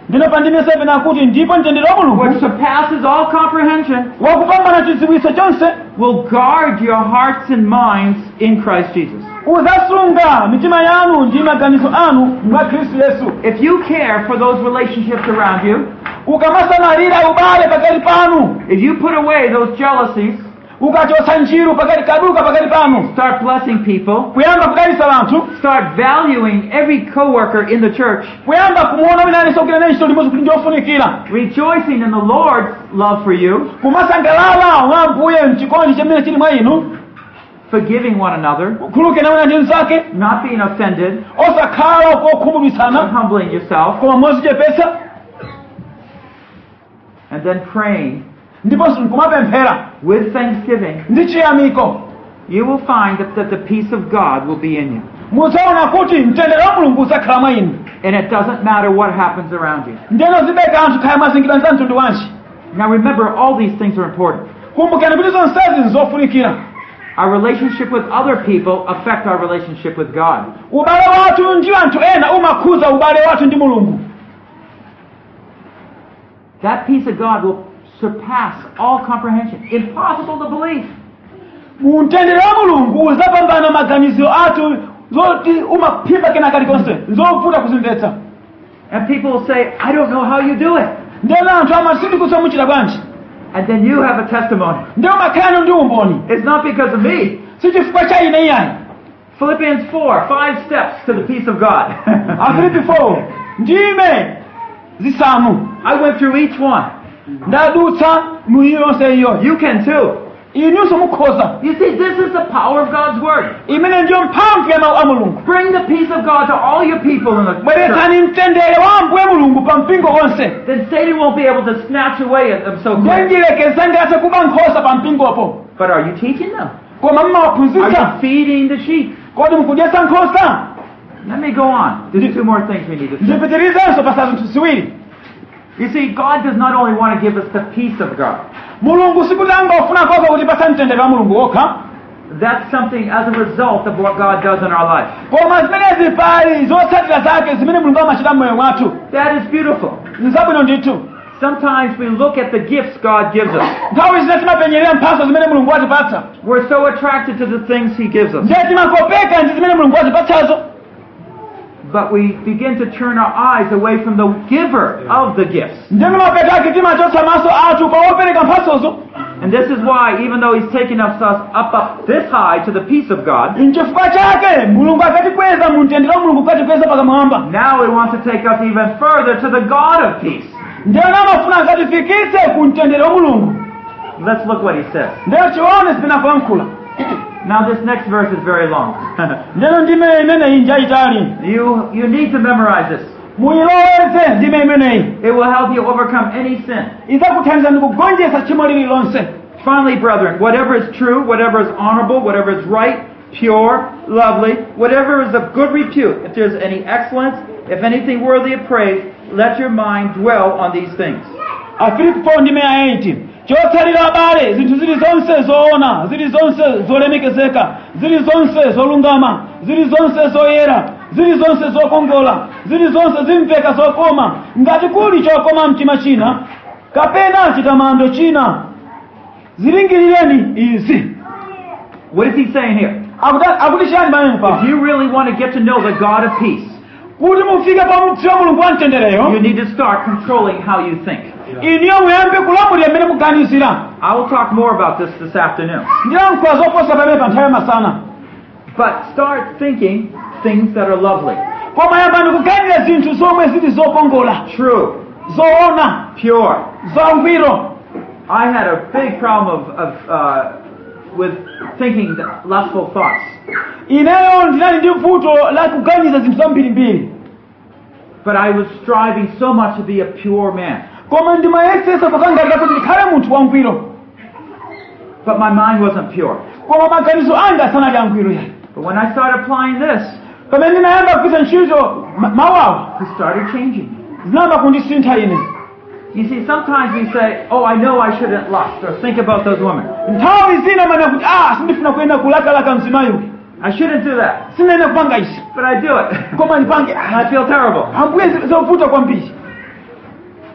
Speaker 4: ndino pandine 7 akuti ndipo mtendere wa
Speaker 3: which
Speaker 4: mulungu
Speaker 3: surpasses all comprehension,
Speaker 4: wakupambana chiziwizo chonse
Speaker 3: will guard your hearts and minds in Christ Jesus.
Speaker 4: uzasunga mitima yanu ndi maganizo anu mwa khristu yesu
Speaker 3: If you care for those relationships around you,
Speaker 4: ukamasamalira ubale pakati panu
Speaker 3: if you put away those jealousies,
Speaker 4: ukachotsa njiru pakati kaduka pakati panu
Speaker 3: start blessing people,
Speaker 4: kuyamba kudalisa anthu
Speaker 3: start valuing every coworker in the church,
Speaker 4: kuyamba kumuona wina aliso kina nenso limodzi kuti ndiofunikira
Speaker 3: rejoicing in the Lord's love for you,
Speaker 4: kumasangalala mwa mbuye mchikondi chimene chili mwa inu
Speaker 3: forgiving one another,
Speaker 4: khuluke na wina ndi mnzake
Speaker 3: not being offended,
Speaker 4: osakhala
Speaker 3: but
Speaker 4: pokhumudwisana
Speaker 3: humbling yourself,
Speaker 4: koma mozichepetsa
Speaker 3: and then praying
Speaker 4: ndiponso nkumapemphera
Speaker 3: with thanksgiving,
Speaker 4: ndi chiyamiko
Speaker 3: you will find that, that the peace of God will be in you.
Speaker 4: muzaona kuti mtendere wa mulungu uzakhala mwa inu
Speaker 3: And it doesn't matter what happens around you.
Speaker 4: ndeno zibeka anthu khaya mazingiro za mtundu wanji
Speaker 3: Now remember, all these things are important.
Speaker 4: kumbukirani kuti zonsezi nzofunikira
Speaker 3: Our relationship with other people affect our relationship with God.
Speaker 4: ubale wathu ndi anthu ena umakhuza ubale wathu ndi mulungu
Speaker 3: That peace of God will surpass all comprehension. Impossible to believe.
Speaker 4: mu mtendere wa mulungu uzapambana maganiziro athu zoti umaphimba kenakati konse nzovuta kuzimvetsa
Speaker 3: And people will say, I don't know how you do it.
Speaker 4: ndeno anthu ama sindikuza muchita bwanji
Speaker 3: And then you have a testimony.
Speaker 4: ndi umakhalano ndi umboni
Speaker 3: It's not because of me.
Speaker 4: si chifukwa cha ine iyayi
Speaker 3: Philippians 4, five steps to the peace of God.
Speaker 4: afilipi 4 ndime zisanu
Speaker 3: I went through each one.
Speaker 4: ndadutsa muiyo yonse iyoyo
Speaker 3: You can too.
Speaker 4: inunso mukhoza
Speaker 3: You see, this is the power of God's Word.
Speaker 4: imene ndiyo mphamvu ya mawu a mulungu
Speaker 3: Bring the peace of God to all your people in the church.
Speaker 4: bweretsani mtendere wa ambuye mulungu pa mpingo wonse
Speaker 3: Then Satan won't be able to snatch away at them so
Speaker 4: ndiye
Speaker 3: quick.
Speaker 4: ndilekeza ndiyathe kuba nkhosa pa mpingopo
Speaker 3: But are you teaching them?
Speaker 4: koma
Speaker 3: Are
Speaker 4: mmawaphunzitsa
Speaker 3: you feeding the sheep?
Speaker 4: kodi mukudyetsa nkhosa
Speaker 3: Let me go on. There's two more things we need to say.
Speaker 4: ndipitirizenso pasa zinthu ziwiri
Speaker 3: You see, God does not only want to give us the peace of God.
Speaker 4: mulungu sikuti angofuna kosa kuti pasa mtendere wa mulungu wokha
Speaker 3: That's something as a result of what God does in our life.
Speaker 4: koma zimenezi pali zotsatira zake zimene mulungu amachita mmoyo mwathu
Speaker 3: That is beautiful.
Speaker 4: nzabwino ndithu
Speaker 3: Sometimes we look at the gifts God gives us.
Speaker 4: nthawi zina timapenyerera mphaso zimene mulungu watipatsa
Speaker 3: We're so attracted to the things He gives us.
Speaker 4: ndiye timagopeka ndi zimene mulungu watipatsazo
Speaker 3: But we begin to turn our eyes away from the giver of the gifts.
Speaker 4: ndimapetaki timachotsa maso athu pa opereka mphasozo
Speaker 3: And this is why, even though He's taken us us up, up this high to the peace of God,
Speaker 4: nchifukwa chake mulungu akatikweza mumtendera mulungu kukatikweza pakamwamba
Speaker 3: now He wants to take us even further to the God of peace.
Speaker 4: ndiyo namafuna akatifikise ku mtendere wa mulungu
Speaker 3: Let's look what He says.
Speaker 4: ndiyo chione sipinafuyankhula
Speaker 3: Now, this next verse is very long.
Speaker 4: ndeno ndime imeneyi njayitali
Speaker 3: you, you need to memorize this.
Speaker 4: muyiloweze ndime imeneyi
Speaker 3: It will help you overcome any sin.
Speaker 4: izakuthandizani kugonjesa tchimo lililonse
Speaker 3: Finally, brethren, whatever is true, whatever is honorable, whatever is right, pure, lovely, whatever is of good repute, if there's any excellence, if anything worthy of praise, let your mind dwell on these things.
Speaker 4: afilipi 4 ndime ya 8 chotsalira abale zinthu zili zonse zoona zili zonse zolemekezeka zili zonse zolungama zili zonse zoyera zili zonse zokongola zili zonse zimveka zokoma ngati kuli chokoma mtima china kapena chitamando china zilingirireni izi
Speaker 3: What is he saying here?
Speaker 4: Akuta- akuti chiyani maneno
Speaker 3: If
Speaker 4: pa
Speaker 3: you really want to get to know the God of peace,
Speaker 4: kuti mufike pa mdziwa mulungu wa
Speaker 3: you
Speaker 4: mtendereyo
Speaker 3: need to start controlling how you think.
Speaker 4: iniyo muyambe kulamulira mmene kuganizira
Speaker 3: I will talk more about this this afternoon.
Speaker 4: ndilankhola zoposa pamene pa nthawi yamasana
Speaker 3: But start thinking things that are lovely,
Speaker 4: koma yamba ndikuganira zinthu zomwe zili zokongola
Speaker 3: true,
Speaker 4: zoona
Speaker 3: pure,
Speaker 4: zangwiro
Speaker 3: I had a big problem of, of uh, with thinking th- lustful thoughts,
Speaker 4: ineyo ndinali ndi vuto la kuganiza zinthu zambirimbiri
Speaker 3: but I was striving so much to be a pure man.
Speaker 4: koma ndimayesesa kukangalira kuti ndikhale munthu wangwiro
Speaker 3: But my mind wasn't pure.
Speaker 4: koma maganizo anga asanali angwiro yayi
Speaker 3: But when I started applying this,
Speaker 4: pamene ndinayamba kugwiza ntchito ma- mawawa
Speaker 3: it started changing.
Speaker 4: zinayamba kundisintha ine
Speaker 3: You see, sometimes we say, "Oh, I know I shouldn't lust," or think about those women.
Speaker 4: nthawi zina mana kuti ah sindifuna kuyenda kulakalaka mzimayuyu
Speaker 3: I shouldn't do that,
Speaker 4: sinayenda kupanga izi
Speaker 3: but I do it,
Speaker 4: koma ndipange
Speaker 3: and I feel terrible.
Speaker 4: ambuye zi- zovuta kwambiri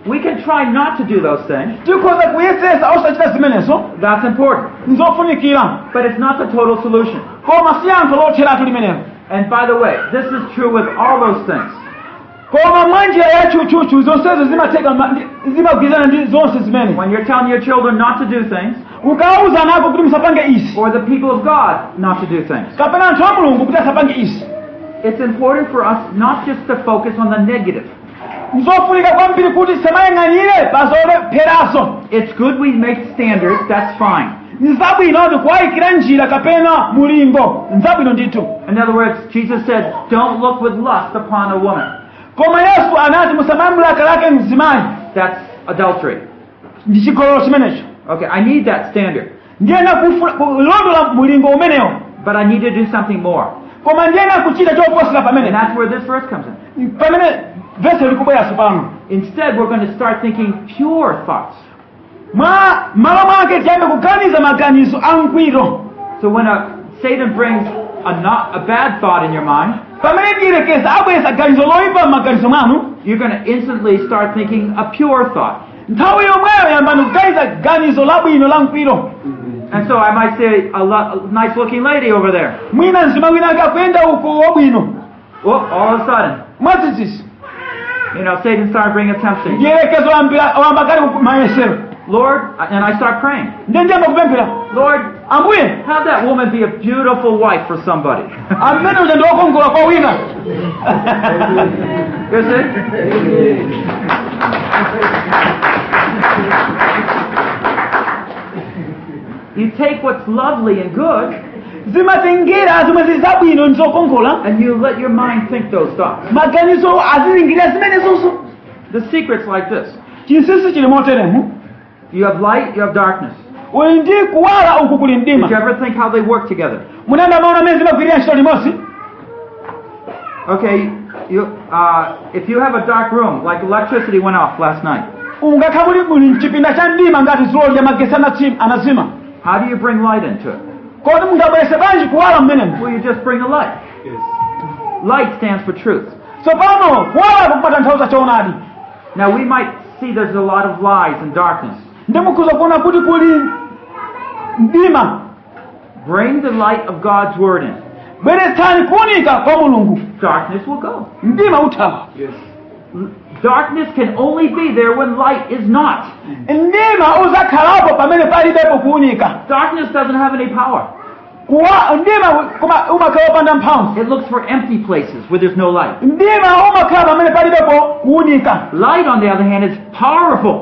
Speaker 3: We can try not to do those things.
Speaker 4: tikhoza kuyesesa osachita zimenezo
Speaker 3: That's important,
Speaker 4: nzofunikira
Speaker 3: but it's not the total solution.
Speaker 4: koma si anthu lotheratu limenelo
Speaker 3: And by the way, this is true with all those things.
Speaker 4: koma mwa njira ya chuchuchu zonsezo zimatheka ma- ndi- zimagwirizana ndi zonse zimene
Speaker 3: When you're telling your children not to do things,
Speaker 4: ukawuza ana ako kuti musapange izi
Speaker 3: or the people of God not to do things.
Speaker 4: kapena anthu a mulungu kuti asapange izi
Speaker 3: It's important for us not just to focus on the negative.
Speaker 4: nzofunika kwambiri kuti samayang'anire pa zolopherazo
Speaker 3: It's good we make standards, that's fine.
Speaker 4: ni zabwino kuti kuwayikira njira kapena mulingo nzabwino ndithu
Speaker 3: In other words, Jesus said, don't look with lust upon a woman.
Speaker 4: koma yesu anati musamayamulakalake mzimayi
Speaker 3: That's adultery.
Speaker 4: ndi chigololo chimenecho
Speaker 3: Okay, I need that standard,
Speaker 4: ndiyena kufuna- kulondola mulingo umenewo
Speaker 3: but I need to do something more.
Speaker 4: koma ndiyena kuchita choposera
Speaker 3: And
Speaker 4: pamene
Speaker 3: that's where this verse comes in.
Speaker 4: pamene vese likubweraso pano
Speaker 3: Instead, we're going to start thinking pure thoughts.
Speaker 4: mwa malo mwake tiyambe kuganiza maganizo angwiro
Speaker 3: So when a, Satan brings a, not, a bad thought in your mind,
Speaker 4: pamene ndiyelekeza abweza ganizo loyipa m'maganizo mwanu
Speaker 3: you're going to instantly start thinking a pure thought.
Speaker 4: nthawi yomweyo yambani kuganiza ganizo labwino la mkwiro
Speaker 3: And so I might say, a, lo- a nice looking lady over there.
Speaker 4: mwina mzima wina akakuyenda uko wabwino
Speaker 3: Well, all of a sudden,
Speaker 4: mwadzidzisi
Speaker 3: you know, Satan started bringing temptation.
Speaker 4: ndiyelekezo wamba kali ku mayesero
Speaker 3: Lord, and I start praying.
Speaker 4: ndiye ndiyamba kupemphera
Speaker 3: Lord,
Speaker 4: ambuye
Speaker 3: have that woman be a beautiful wife for somebody.
Speaker 4: amene uja ndiwokongola kwa wina
Speaker 3: you see? You take what's lovely and good,
Speaker 4: zimazingira zimwe zili zabwino ndi zokongola
Speaker 3: and you let your mind think those thoughts.
Speaker 4: maganizo azizingira zimenezonso
Speaker 3: The secret's like this
Speaker 4: chinsinsi chili moteremu
Speaker 3: you have light, you have darkness.
Speaker 4: uli ndi kuwala uku kuli
Speaker 3: Did you
Speaker 4: mdima
Speaker 3: ever think how they work together?
Speaker 4: munayamba maona amene zimagwirira ntchito limodzi
Speaker 3: Okay, you, uh, if you have a dark room, like electricity went off last night,
Speaker 4: ungakha muli muli mchipinda cha mdima ngati zulo lya magesi anazima- anazima
Speaker 3: how do you bring light into it?
Speaker 4: kodi mungabwerese bwanji kuwala mmenemu
Speaker 3: Well, you just bring a light. Light stands for truth.
Speaker 4: tsopano kuwalako kumatanthauza choonadi
Speaker 3: Now, we might see there's a lot of lies and darkness.
Speaker 4: ndi mukhuza kuona kuti kuli mdima
Speaker 3: Bring the light of God's word in.
Speaker 4: bweretsani kuwunika kwa mulungu
Speaker 3: Darkness will go.
Speaker 4: mdima uthawa
Speaker 3: Darkness can only be there when light is not.
Speaker 4: mdima uzakhalapo pamene palibepo kuwunika
Speaker 3: Darkness doesn't have any power.
Speaker 4: Kuwa- mdima kuma- umakhala wopanda mphamvu
Speaker 3: It looks for empty places where there's no light.
Speaker 4: mdima umakhala pamene palibepo kuwunika
Speaker 3: Light, on the other hand, is powerful.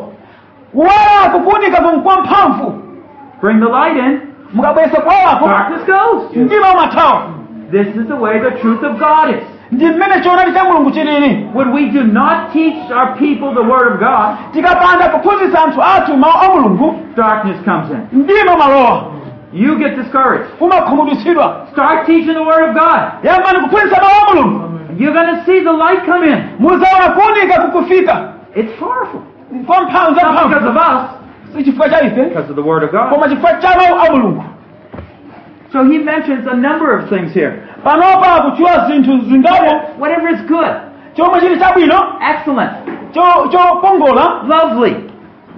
Speaker 4: kuwalako kuwunika kwa mphamvu
Speaker 3: Bring the light in,
Speaker 4: mukabwesa kuwalako
Speaker 3: darkness goes.
Speaker 4: mdima umathawa
Speaker 3: This is the way the truth of God is.
Speaker 4: ndi mmene choonadi cha mulungu chilili
Speaker 3: When we do not teach our people the Word of God,
Speaker 4: tikapanda kuphunzitsa anthu athu mawu a mulungu
Speaker 3: darkness comes in.
Speaker 4: mdima malowa
Speaker 3: You get discouraged.
Speaker 4: umakhumudutsidwa
Speaker 3: Start teaching the Word of God.
Speaker 4: yamani kuphunzitsa mawu a mulungu
Speaker 3: You're going to see the light come in.
Speaker 4: muzaona kuwunika kukufika
Speaker 3: It's powerful.
Speaker 4: kwa mphamvu za
Speaker 3: Not because of
Speaker 4: mphamvu
Speaker 3: us,
Speaker 4: si chifukwa cha ife
Speaker 3: because of the Word of God.
Speaker 4: koma chifukwa cha mawu a mulungu
Speaker 3: So he mentions a number of things here.
Speaker 4: panopa akutiwa zinthu zingapo
Speaker 3: Whatever is good,
Speaker 4: chomwe chili chabwino
Speaker 3: excellent,
Speaker 4: cho- chokongola
Speaker 3: lovely.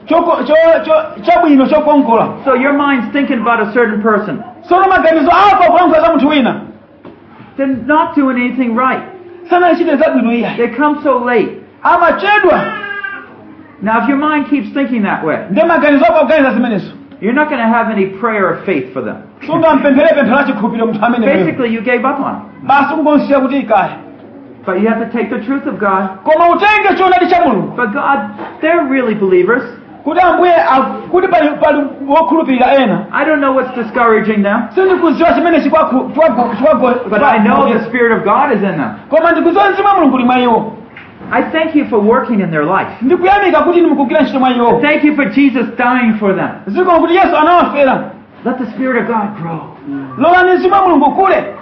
Speaker 4: choko- cho- cho- chabwino chokongola
Speaker 3: So your mind's thinking about a certain person.
Speaker 4: tsono maganizo ako akulankhula za munthu wina
Speaker 3: They're not doing anything right.
Speaker 4: sanachite zabwino iye
Speaker 3: They come so late.
Speaker 4: amachedwa
Speaker 3: Now, if your mind keeps thinking that way,
Speaker 4: ndi maganizo ako akuganiza zimenezo
Speaker 3: you're not going to have any prayer of faith for them.
Speaker 4: sungampemphere pemphe la chikhulupiriro munthu amene
Speaker 3: Basically, you gave up on them.
Speaker 4: basi kungonsira kuti ikale
Speaker 3: But you have to take the truth of God.
Speaker 4: koma utenge choonadi cha mulungu
Speaker 3: But God, they're really believers.
Speaker 4: kuti ambuye a- kuti pali pali wokhulupirira ena
Speaker 3: I don't know what's discouraging them,
Speaker 4: sindikuziwa chimene
Speaker 3: but I know the
Speaker 4: chikwagoa
Speaker 3: Spirit of God is in them.
Speaker 4: koma ndikuziwa mzimu wa mulungu uli mwa iwo
Speaker 3: I thank you for working in their life.
Speaker 4: ndikuyamika kuti ndimukugwira ntchito mwa iwo
Speaker 3: Thank you for Jesus dying for them.
Speaker 4: zikoma kuti yesu anawafera
Speaker 3: Let the Spirit of God grow.
Speaker 4: lolani mzimu wa mulungu kule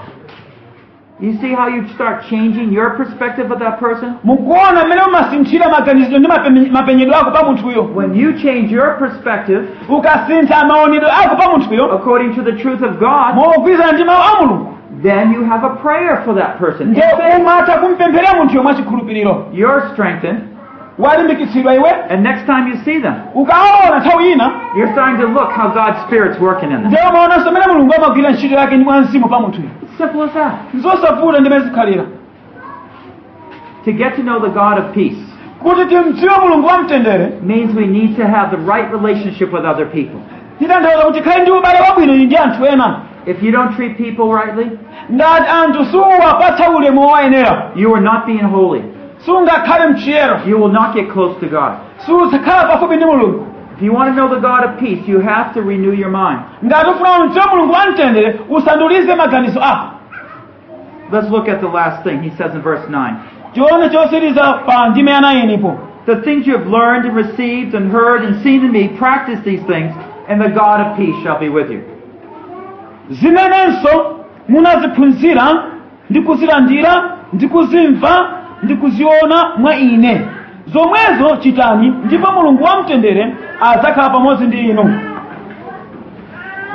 Speaker 3: You see how you start changing your perspective of that person?
Speaker 4: mukuona mmene umasinthira maganiziro ndi mape- mapenyedwe ako pa munthuyo
Speaker 3: When you change your perspective
Speaker 4: ukasintha maonedwe ako pa munthuyo
Speaker 3: according to the truth of God,
Speaker 4: mogwirizana ndi mawu a mulungu
Speaker 3: then you have a prayer for that person.
Speaker 4: ndiye umatha kumpempherera munthuyo mwa chikhulupiriro
Speaker 3: You're strengthened,
Speaker 4: walimbikitsidwa iwe
Speaker 3: and next time you see them,
Speaker 4: ukaona nthawi ina
Speaker 3: you're starting to look how God's Spirit's working in them.
Speaker 4: ndiye umaonanso mmene mulungu amagwirira ntchito yake ndi mwa mzimu pa munthuyo
Speaker 3: Simple as that.
Speaker 4: zosavuta ndimene zikhalira
Speaker 3: To get to know the God of peace
Speaker 4: kuti timdziwe mulungu wamtendere
Speaker 3: means we need to have the right relationship with other people.
Speaker 4: titanthauza kuti khale ndi ubale wabwino ndi anthu ena
Speaker 3: If you don't treat people rightly,
Speaker 4: ndati anthu suwapatsa ulemu woyenera
Speaker 3: you are not being holy.
Speaker 4: sungakhale mchiyero
Speaker 3: You will not get close to God.
Speaker 4: suzikhala pafupi ndi mulungu
Speaker 3: If you want to know the God of peace, you have to renew your mind.
Speaker 4: ngati ufuna umdziwe mulungu wamtendere usandulize maganizo ako
Speaker 3: Let's look at the last thing he says in verse 9.
Speaker 4: tione chosiriza pa ndime ana inipo
Speaker 3: The things you have learned and received and heard and seen in me, practice these things, and the God of peace shall be with you.
Speaker 4: zimenenso munaziphunzira ndi kuzilandira ndi kuzimva ndi kuziona mwa ine zomwezo chitani ndipo mulungu wamtendere adzakhala pamodzi ndi inu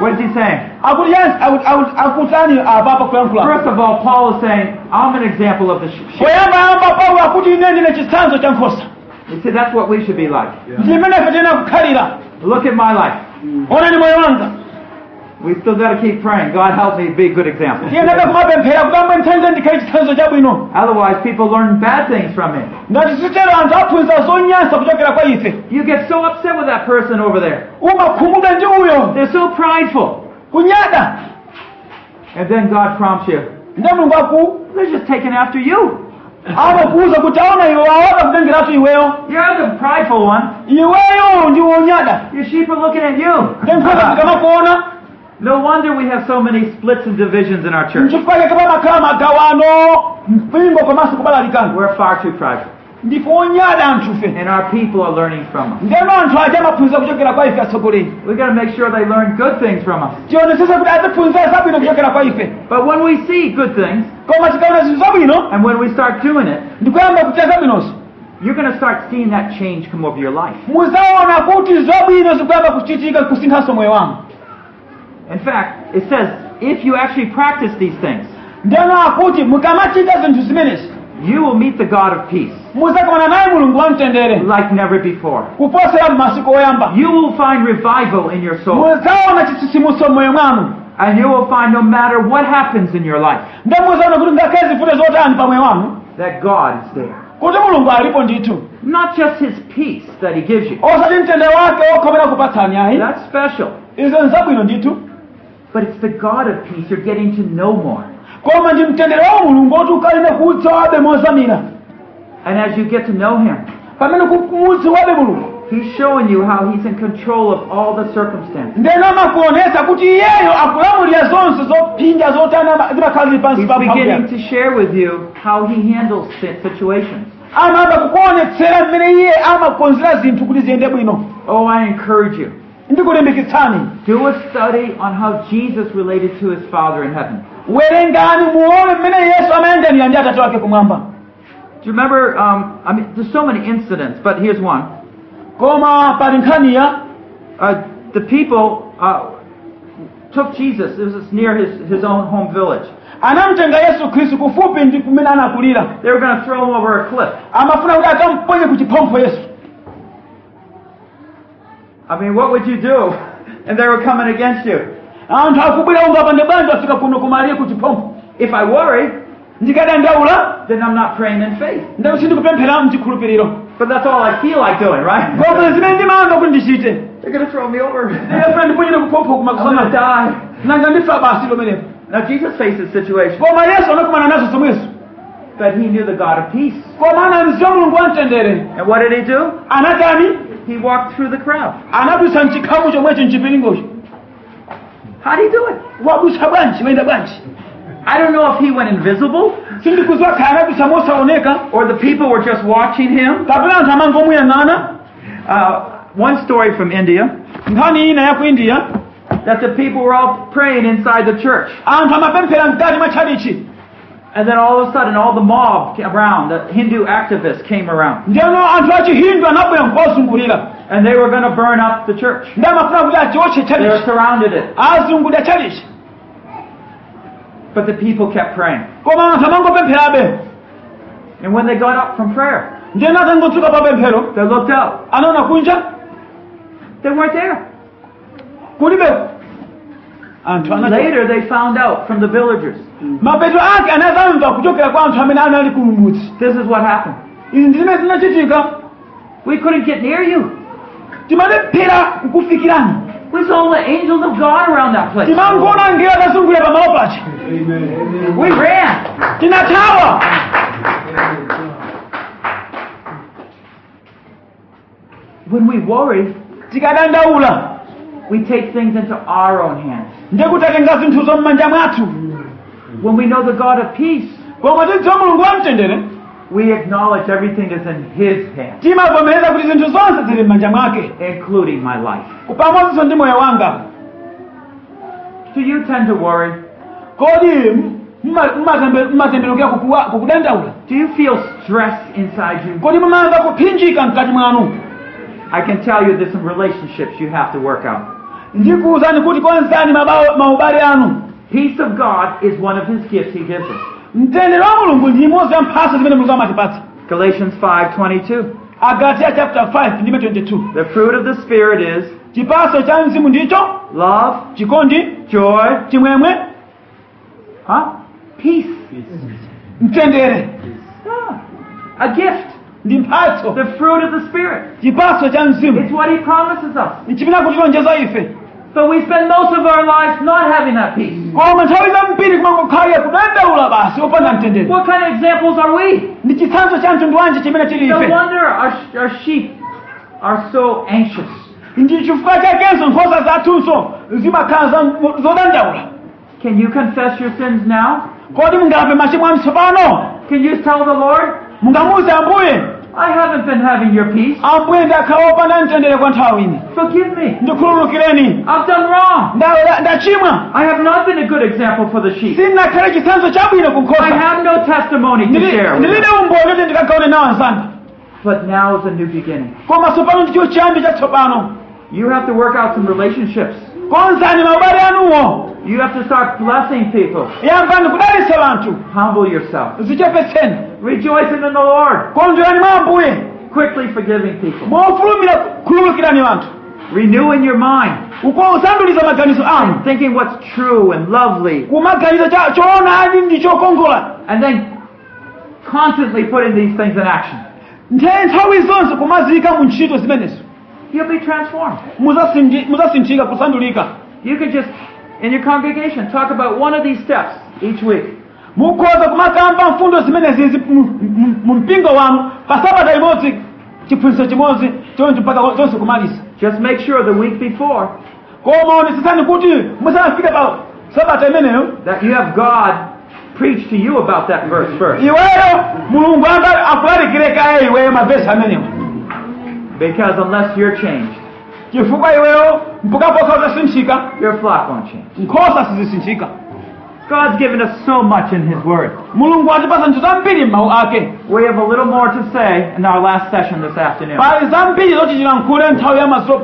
Speaker 3: What is he saying?
Speaker 4: akuti yes, aku- aku- akutani apapa kuyankhula
Speaker 3: First of all, Paul is saying, I'm an example of the sh- sheep.
Speaker 4: poyamba yamba paulo akuti ine ndine chisanzo cha nkhosa
Speaker 3: You see, that's what we should be like.
Speaker 4: ndimene ife tiyena kukhalira
Speaker 3: Look at my life.
Speaker 4: onani moyo wanga
Speaker 3: We still got to keep praying. God help me be a good example.
Speaker 4: tiyeneka kumapemphera kuti amwe nthanze ndikhale chisanzo chabwino
Speaker 3: Otherwise, people learn bad things from me.
Speaker 4: ngati sichero anthu aphunza zonyansa kuchokera kwa ife
Speaker 3: You get so upset with that person over there.
Speaker 4: umakhumuka ndi uyo
Speaker 3: They're so prideful.
Speaker 4: kunyada
Speaker 3: And then God prompts you.
Speaker 4: ndiye mulungu aku
Speaker 3: They're just taking after you.
Speaker 4: amakuwuza kuti aona iwe aona kutengeratu iweyo
Speaker 3: You're the prideful one.
Speaker 4: iweyo ndi wonyada
Speaker 3: Your sheep are looking at
Speaker 4: ndi nkhosa
Speaker 3: you.
Speaker 4: zikamakuona
Speaker 3: no wonder we have so many splits and divisions in our church.
Speaker 4: nchifukwa chake pamakhala magawano mpingo komanso kubalalikana
Speaker 3: We're far too prideful.
Speaker 4: ndipo onyada anthufe
Speaker 3: And our people are learning from us.
Speaker 4: ndeno anthu aja amaphunzira kuchokera kwa ife atsogoleri
Speaker 3: We've got to make sure they learn good things from us.
Speaker 4: tionetsesa kuti aziphunzira zabwino kuchokera kwa ife
Speaker 3: But when we see good things,
Speaker 4: koma tikaona zinthu zabwino
Speaker 3: and when we start doing it,
Speaker 4: ndikuyamba kuchita zabwinozo
Speaker 3: You're going to start seeing that change come over your life.
Speaker 4: muzaona kuti zabwino zikuyamba kuchitika kusinthanso moyo wangu
Speaker 3: In fact, it says if you actually practice these things,
Speaker 4: ndeno akuti mukamachita zinthu zimenezi
Speaker 3: you will meet the God of peace
Speaker 4: muzakumana naye mulungu wamtendere
Speaker 3: like never before.
Speaker 4: kuposera m'masiko oyamba
Speaker 3: You will find revival in your soul,
Speaker 4: muzaona chitsitsimutso m'moyo mwanu
Speaker 3: and you will find no matter what happens in your life,
Speaker 4: nde muzaona kuti ngakhale zifute zotani pa moyo wanu
Speaker 3: that God is there.
Speaker 4: kuti mulungu alipo ndithu
Speaker 3: Not just his peace that he gives you. Oh,
Speaker 4: osati mtende wake okhomera kupatsani ayi
Speaker 3: That's special.
Speaker 4: izo nzabwino ndithu
Speaker 3: But it's the God of peace you're getting to know more.
Speaker 4: koma ndi mtendere wa mulungu oti ukhalire kuutsa wabe mozamira
Speaker 3: And as you get to know him,
Speaker 4: pamene kumuutsa wabe mulungu
Speaker 3: he's showing you how he's in control of all the circumstances.
Speaker 4: ndeno amakuonesa kuti iyeyo akulamulira zonse zopinja zotana zimakhala zili pansi
Speaker 3: He's
Speaker 4: pa mphamvu
Speaker 3: beginning
Speaker 4: yake
Speaker 3: to share with you how he handles si- situations.
Speaker 4: amaba kukuonetsera mmene iye amakukonzera zinthu kuti ziyende bwino
Speaker 3: Oh, I encourage you.
Speaker 4: ndikulimbikitsani
Speaker 3: Do a study on how Jesus related to his Father in heaven.
Speaker 4: werengani muone mmene yesu amayanjanira ndi atate wake kumwamba
Speaker 3: Do you remember? Um, I mean, there's so many incidents, but here's one.
Speaker 4: koma pali nkhaniya
Speaker 3: Uh, the people uh, took Jesus. It was near his, his own home village.
Speaker 4: anamutenga yesu khristu kufupi ndi kumene anakulira
Speaker 3: They were going to throw him over a cliff.
Speaker 4: amafuna kuti akamponye ku chiphompho yesu
Speaker 3: I mean, what would you do? And they were coming against you.
Speaker 4: anthu akubwera unga pande banja afika kuno kumaliye ku chiphompho
Speaker 3: If I worry,
Speaker 4: ndikadandaula
Speaker 3: then I'm not praying in faith.
Speaker 4: ndau sindikupemphera mchikhulupiriro
Speaker 3: But that's all I feel like doing, right?
Speaker 4: koma zimene ndimanga kuti ndichite
Speaker 3: They're going to throw me over.
Speaker 4: ndiyefuna ndiponyere kuphompho
Speaker 3: I'm going to
Speaker 4: kumakusana
Speaker 3: die.
Speaker 4: nanga ndifa basi lomenepo
Speaker 3: Now, Jesus faced this situation,
Speaker 4: koma yesu anakumana nazo zomwezo
Speaker 3: but he knew the God of peace.
Speaker 4: koma anamziwa mulungu wamtendere
Speaker 3: And what did he do?
Speaker 4: anatani
Speaker 3: He walked through the crowd.
Speaker 4: anabisa mchikhamu chomwecho mchipiringocho
Speaker 3: How did he do it?
Speaker 4: wabusa bwanji waenda bwanji
Speaker 3: I don't know if he went invisible
Speaker 4: sindikuzwa khaya nabusa mosaoneka
Speaker 3: or the people were just watching him.
Speaker 4: kapena anthu amangomuyang'ana
Speaker 3: Uh, one story from India
Speaker 4: nkhani ina ya ku india
Speaker 3: that the people were all praying inside the church,
Speaker 4: anthu amapemphera mkati mwa tchalichi
Speaker 3: and then all of a sudden, all the mob ca- around, the Hindu activists came around,
Speaker 4: ndeno anthu achihindu anabwera nkosungulira
Speaker 3: and they were going to burn up the church.
Speaker 4: ndi amafuna kuti achiotche
Speaker 3: They were
Speaker 4: tchalichi
Speaker 3: surrounded it,
Speaker 4: azungulira tchalichi
Speaker 3: but the people kept praying.
Speaker 4: koma anthu amangopempherabe
Speaker 3: And when they got up from prayer,
Speaker 4: ndeno atangotsuka pa pemphero
Speaker 3: they looked up.
Speaker 4: anaona kunja
Speaker 3: They weren't there.
Speaker 4: kulibeko anthu ana
Speaker 3: Later, they found out from the villagers.
Speaker 4: mapeto ake anazamva kuchokera kwa anthu amene anali kulumutsi
Speaker 3: This is what happened.
Speaker 4: izi ndi zimene zinachitika
Speaker 3: We couldn't get near you.
Speaker 4: timalephera kukufikirani
Speaker 3: We saw the angels of God around that place.
Speaker 4: timangona ngera tazungulira pamalo pacha
Speaker 3: We ran.
Speaker 4: tinathawa
Speaker 3: When we worry,
Speaker 4: tikadandaula
Speaker 3: we take things into our own hands.
Speaker 4: ndikutatenga zinthuzo m'manja mwathu
Speaker 3: When we know the God of peace,
Speaker 4: koma tidziwa mulungu wamtendere
Speaker 3: we acknowledge everything is in His hands,
Speaker 4: timavomereza kuti zinthu zonse zili m'manja mwake
Speaker 3: including my life.
Speaker 4: pamodzinso ndi moyo wanga
Speaker 3: Do you tend to worry?
Speaker 4: kodi mmatembelukira kukudandaula
Speaker 3: Do you feel stress inside you?
Speaker 4: kodi mumamva kuphinjika mkati mwanu
Speaker 3: I can tell you there's some relationships you have to work out.
Speaker 4: ndikuwuzani kuti konzani mabawa- maubale anu
Speaker 3: Peace of God is one of His gifts He gives us.
Speaker 4: mtendere wa mulungu ndi imodzi ya mphasa zimene mulungu amatipatsa
Speaker 3: Galatians 5:22.
Speaker 4: agalatia chapter 5 ndime 22
Speaker 3: The fruit of the Spirit is
Speaker 4: chipaso cha mzimu ndicho
Speaker 3: love,
Speaker 4: chikondi
Speaker 3: joy,
Speaker 4: chimwemwe
Speaker 3: huh? Peace.
Speaker 4: mtendere
Speaker 3: Ah, a gift.
Speaker 4: ndi mphatso
Speaker 3: The fruit of the Spirit.
Speaker 4: chipaso cha mzimu
Speaker 3: It's what He promises us.
Speaker 4: nchipina kutilonjeza ife
Speaker 3: But we spend most of our lives not having that peace.
Speaker 4: koma nthawi zambiri kumangokhalira kudandaula basi opanda mtendere
Speaker 3: What kind of examples are we?
Speaker 4: ndi chitsanzo cha mtundu wanje chimene chili
Speaker 3: No
Speaker 4: ife
Speaker 3: wonder our, our sheep are so anxious.
Speaker 4: ndi chifukwa chakenso nkhosa zathunso zimakhala za- zodandaula
Speaker 3: Can you confess your sins now?
Speaker 4: kodi mungalape machimo a mtsopano
Speaker 3: Can you tell the Lord,
Speaker 4: mungamuze ambuye
Speaker 3: I haven't been having your peace.
Speaker 4: ambuye ndakhala opanda mtendere kwa nthawi ini
Speaker 3: Forgive me.
Speaker 4: ndikhululukireni
Speaker 3: I've done wrong.
Speaker 4: Nda- ndachimwa
Speaker 3: I have not been a good example for the sheep.
Speaker 4: sinakhale chitsanzo chabwino ku
Speaker 3: I
Speaker 4: nkhosa
Speaker 3: have no testimony to share. with
Speaker 4: ndilide
Speaker 3: them.
Speaker 4: umboni kuti ndikagawane nawo anzanga
Speaker 3: But now is a new beginning.
Speaker 4: koma tsopano ndicho chiyambi chatsopano
Speaker 3: You have to work out some relationships.
Speaker 4: konzani maubale anuwo
Speaker 3: You have to start blessing people.
Speaker 4: yambani kudalitsa vanthu
Speaker 3: Humble yourself.
Speaker 4: zichepetseni
Speaker 3: Rejoicing in the Lord.
Speaker 4: kondwerani mwa ambuye
Speaker 3: Quickly forgiving people.
Speaker 4: mofulumira khululukirani vanthu
Speaker 3: Renewing your mind.
Speaker 4: ukosanduliza maganizo anu
Speaker 3: Thinking what's true and lovely.
Speaker 4: kumaganizo cha choonadi ndi chokongola
Speaker 3: And then constantly putting these things in action,
Speaker 4: nthawi nthawi zonse kumazika mu ntchito zimenezo
Speaker 3: you'll be transformed.
Speaker 4: muzasinji- muzasinthika kusandulika
Speaker 3: You can just, in your congregation, talk about one of these steps each week.
Speaker 4: mukhoza kumakamba mfundo zimenezi zi- mu- mu- mu mpingo wanu pa sabata imodzi chiphunzitso chimodzi choncho mpaka zonse kumalisa
Speaker 3: Just make sure the week before
Speaker 4: koma onesesani kuti musanafike pa sabata imeneyo
Speaker 3: that you have God preach to you about that verse first.
Speaker 4: iweyo mulungu anga akulalikire kaye iweyo mavesi amenewo
Speaker 3: Because unless you're changed,
Speaker 4: chifukwa iweyo mpukaposa utasintchika
Speaker 3: your flock won't change.
Speaker 4: nkhosa sizisintchika
Speaker 3: God's given us so much in His Word.
Speaker 4: mulungu atipasa nthu zambiri m'mawu ake
Speaker 3: We have a little more to say in our last session this afternoon,
Speaker 4: pali zambiri zochichira mkhule nthawi ya maso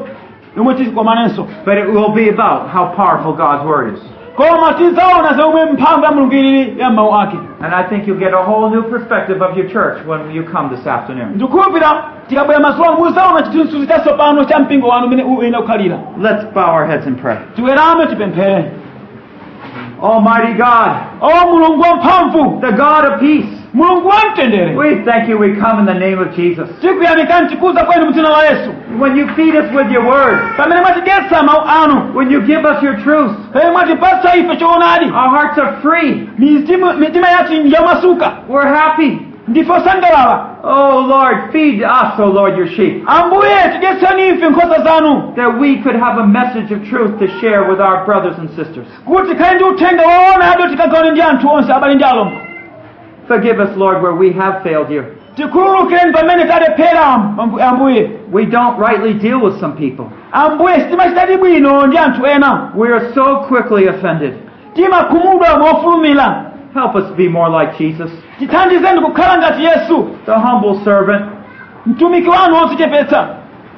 Speaker 4: yomwe tichikomanenso
Speaker 3: but it will be about how powerful God's Word is.
Speaker 4: koma tizaona zomwe mphamvu ya mulungu ilili ya m'mawu ake
Speaker 3: And I think you'll get a whole new perspective of your church when you come this afternoon.
Speaker 4: ndikuwumbira tikabwera masuwa muzaona chithunsu chasopano cha mpingo wanu umene uyenda kukhalira
Speaker 3: Let's bow our heads and pray.
Speaker 4: tiwerame tipemphere
Speaker 3: Almighty God,
Speaker 4: o mulungu wamphamvu
Speaker 3: the God of peace,
Speaker 4: mulungu wamtendere
Speaker 3: we thank you we come in the name of Jesus.
Speaker 4: tikuyamikani mtikuza kwenu mdzina la yesu
Speaker 3: When you feed us with your Word,
Speaker 4: pamene mwatidetsa mawu anu
Speaker 3: when you give us your truth,
Speaker 4: pamene mwatipatsa ife choonadi
Speaker 3: our hearts are free.
Speaker 4: mitima mitima yathu yamasuka
Speaker 3: We're happy.
Speaker 4: ndife osangalala
Speaker 3: Oh Lord, feed us, O Lord, your sheep,
Speaker 4: ambuye tidetseni ife nkhosa zanu
Speaker 3: that we could have a message of truth to share with our brothers and sisters.
Speaker 4: kuti tikhale ndi uthenga woona yado tikagawane ndi anthu onse abale ndi alongo
Speaker 3: Forgive us, Lord, where we have failed you.
Speaker 4: tikhululukireni pamene talephera Ambu- ambuye
Speaker 3: We don't rightly deal with some people.
Speaker 4: ambuye sitima chitati bwino ndi anthu ena
Speaker 3: We are so quickly offended.
Speaker 4: timakhumudwa mofulumira
Speaker 3: Help us be more like Jesus,
Speaker 4: tithandizeni kukhala ngati yesu
Speaker 3: the humble servant
Speaker 4: mtumiki wanu wodzichepetsa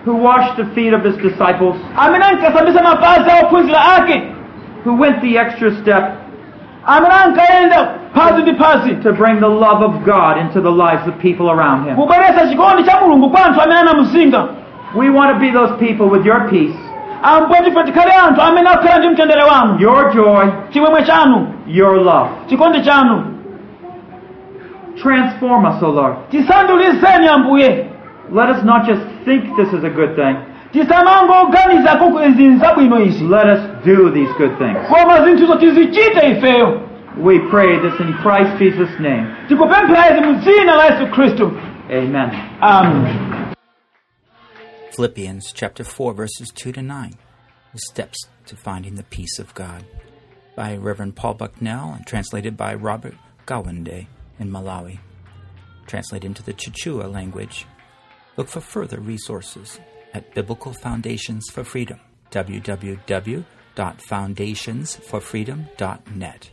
Speaker 3: who washed the feet of his disciples,
Speaker 4: amene ankasambisa mapazi a ophunzira ake
Speaker 3: who went the extra step
Speaker 4: amene ankayenda phazi ndi phazi
Speaker 3: to bring the love of God into the lives of people around him.
Speaker 4: kubweretsa chikondi cha mulungu kwa anthu amene anamuzinga
Speaker 3: We want to be those people with your peace,
Speaker 4: ambuye tife tikhale anthu amene akhala ndi mtendere wanu
Speaker 3: your joy,
Speaker 4: chimwemwe chanu
Speaker 3: your love.
Speaker 4: chikondi chanu
Speaker 3: Transform us, O Lord.
Speaker 4: tisandulizeni ambuye
Speaker 3: Let us not just think this is a good thing.
Speaker 4: tisamangoganiza kuku izi zabwino izi
Speaker 3: Let us do these good things.
Speaker 4: koma zinthuzo tizichite ifeyo
Speaker 3: We pray this in Christ Jesus' name.
Speaker 4: tikupemphera izi mu dzina la yesu khristu
Speaker 3: Amen.
Speaker 4: amen
Speaker 1: Philippians chapter 4 verses 2 to 9, the steps to finding the peace of God by Reverend Paul Bucknell and translated by Robert Gawande in Malawi. Translated into the Chichua language. Look for further resources at Biblical Foundations for Freedom, www.foundationsforfreedom.net.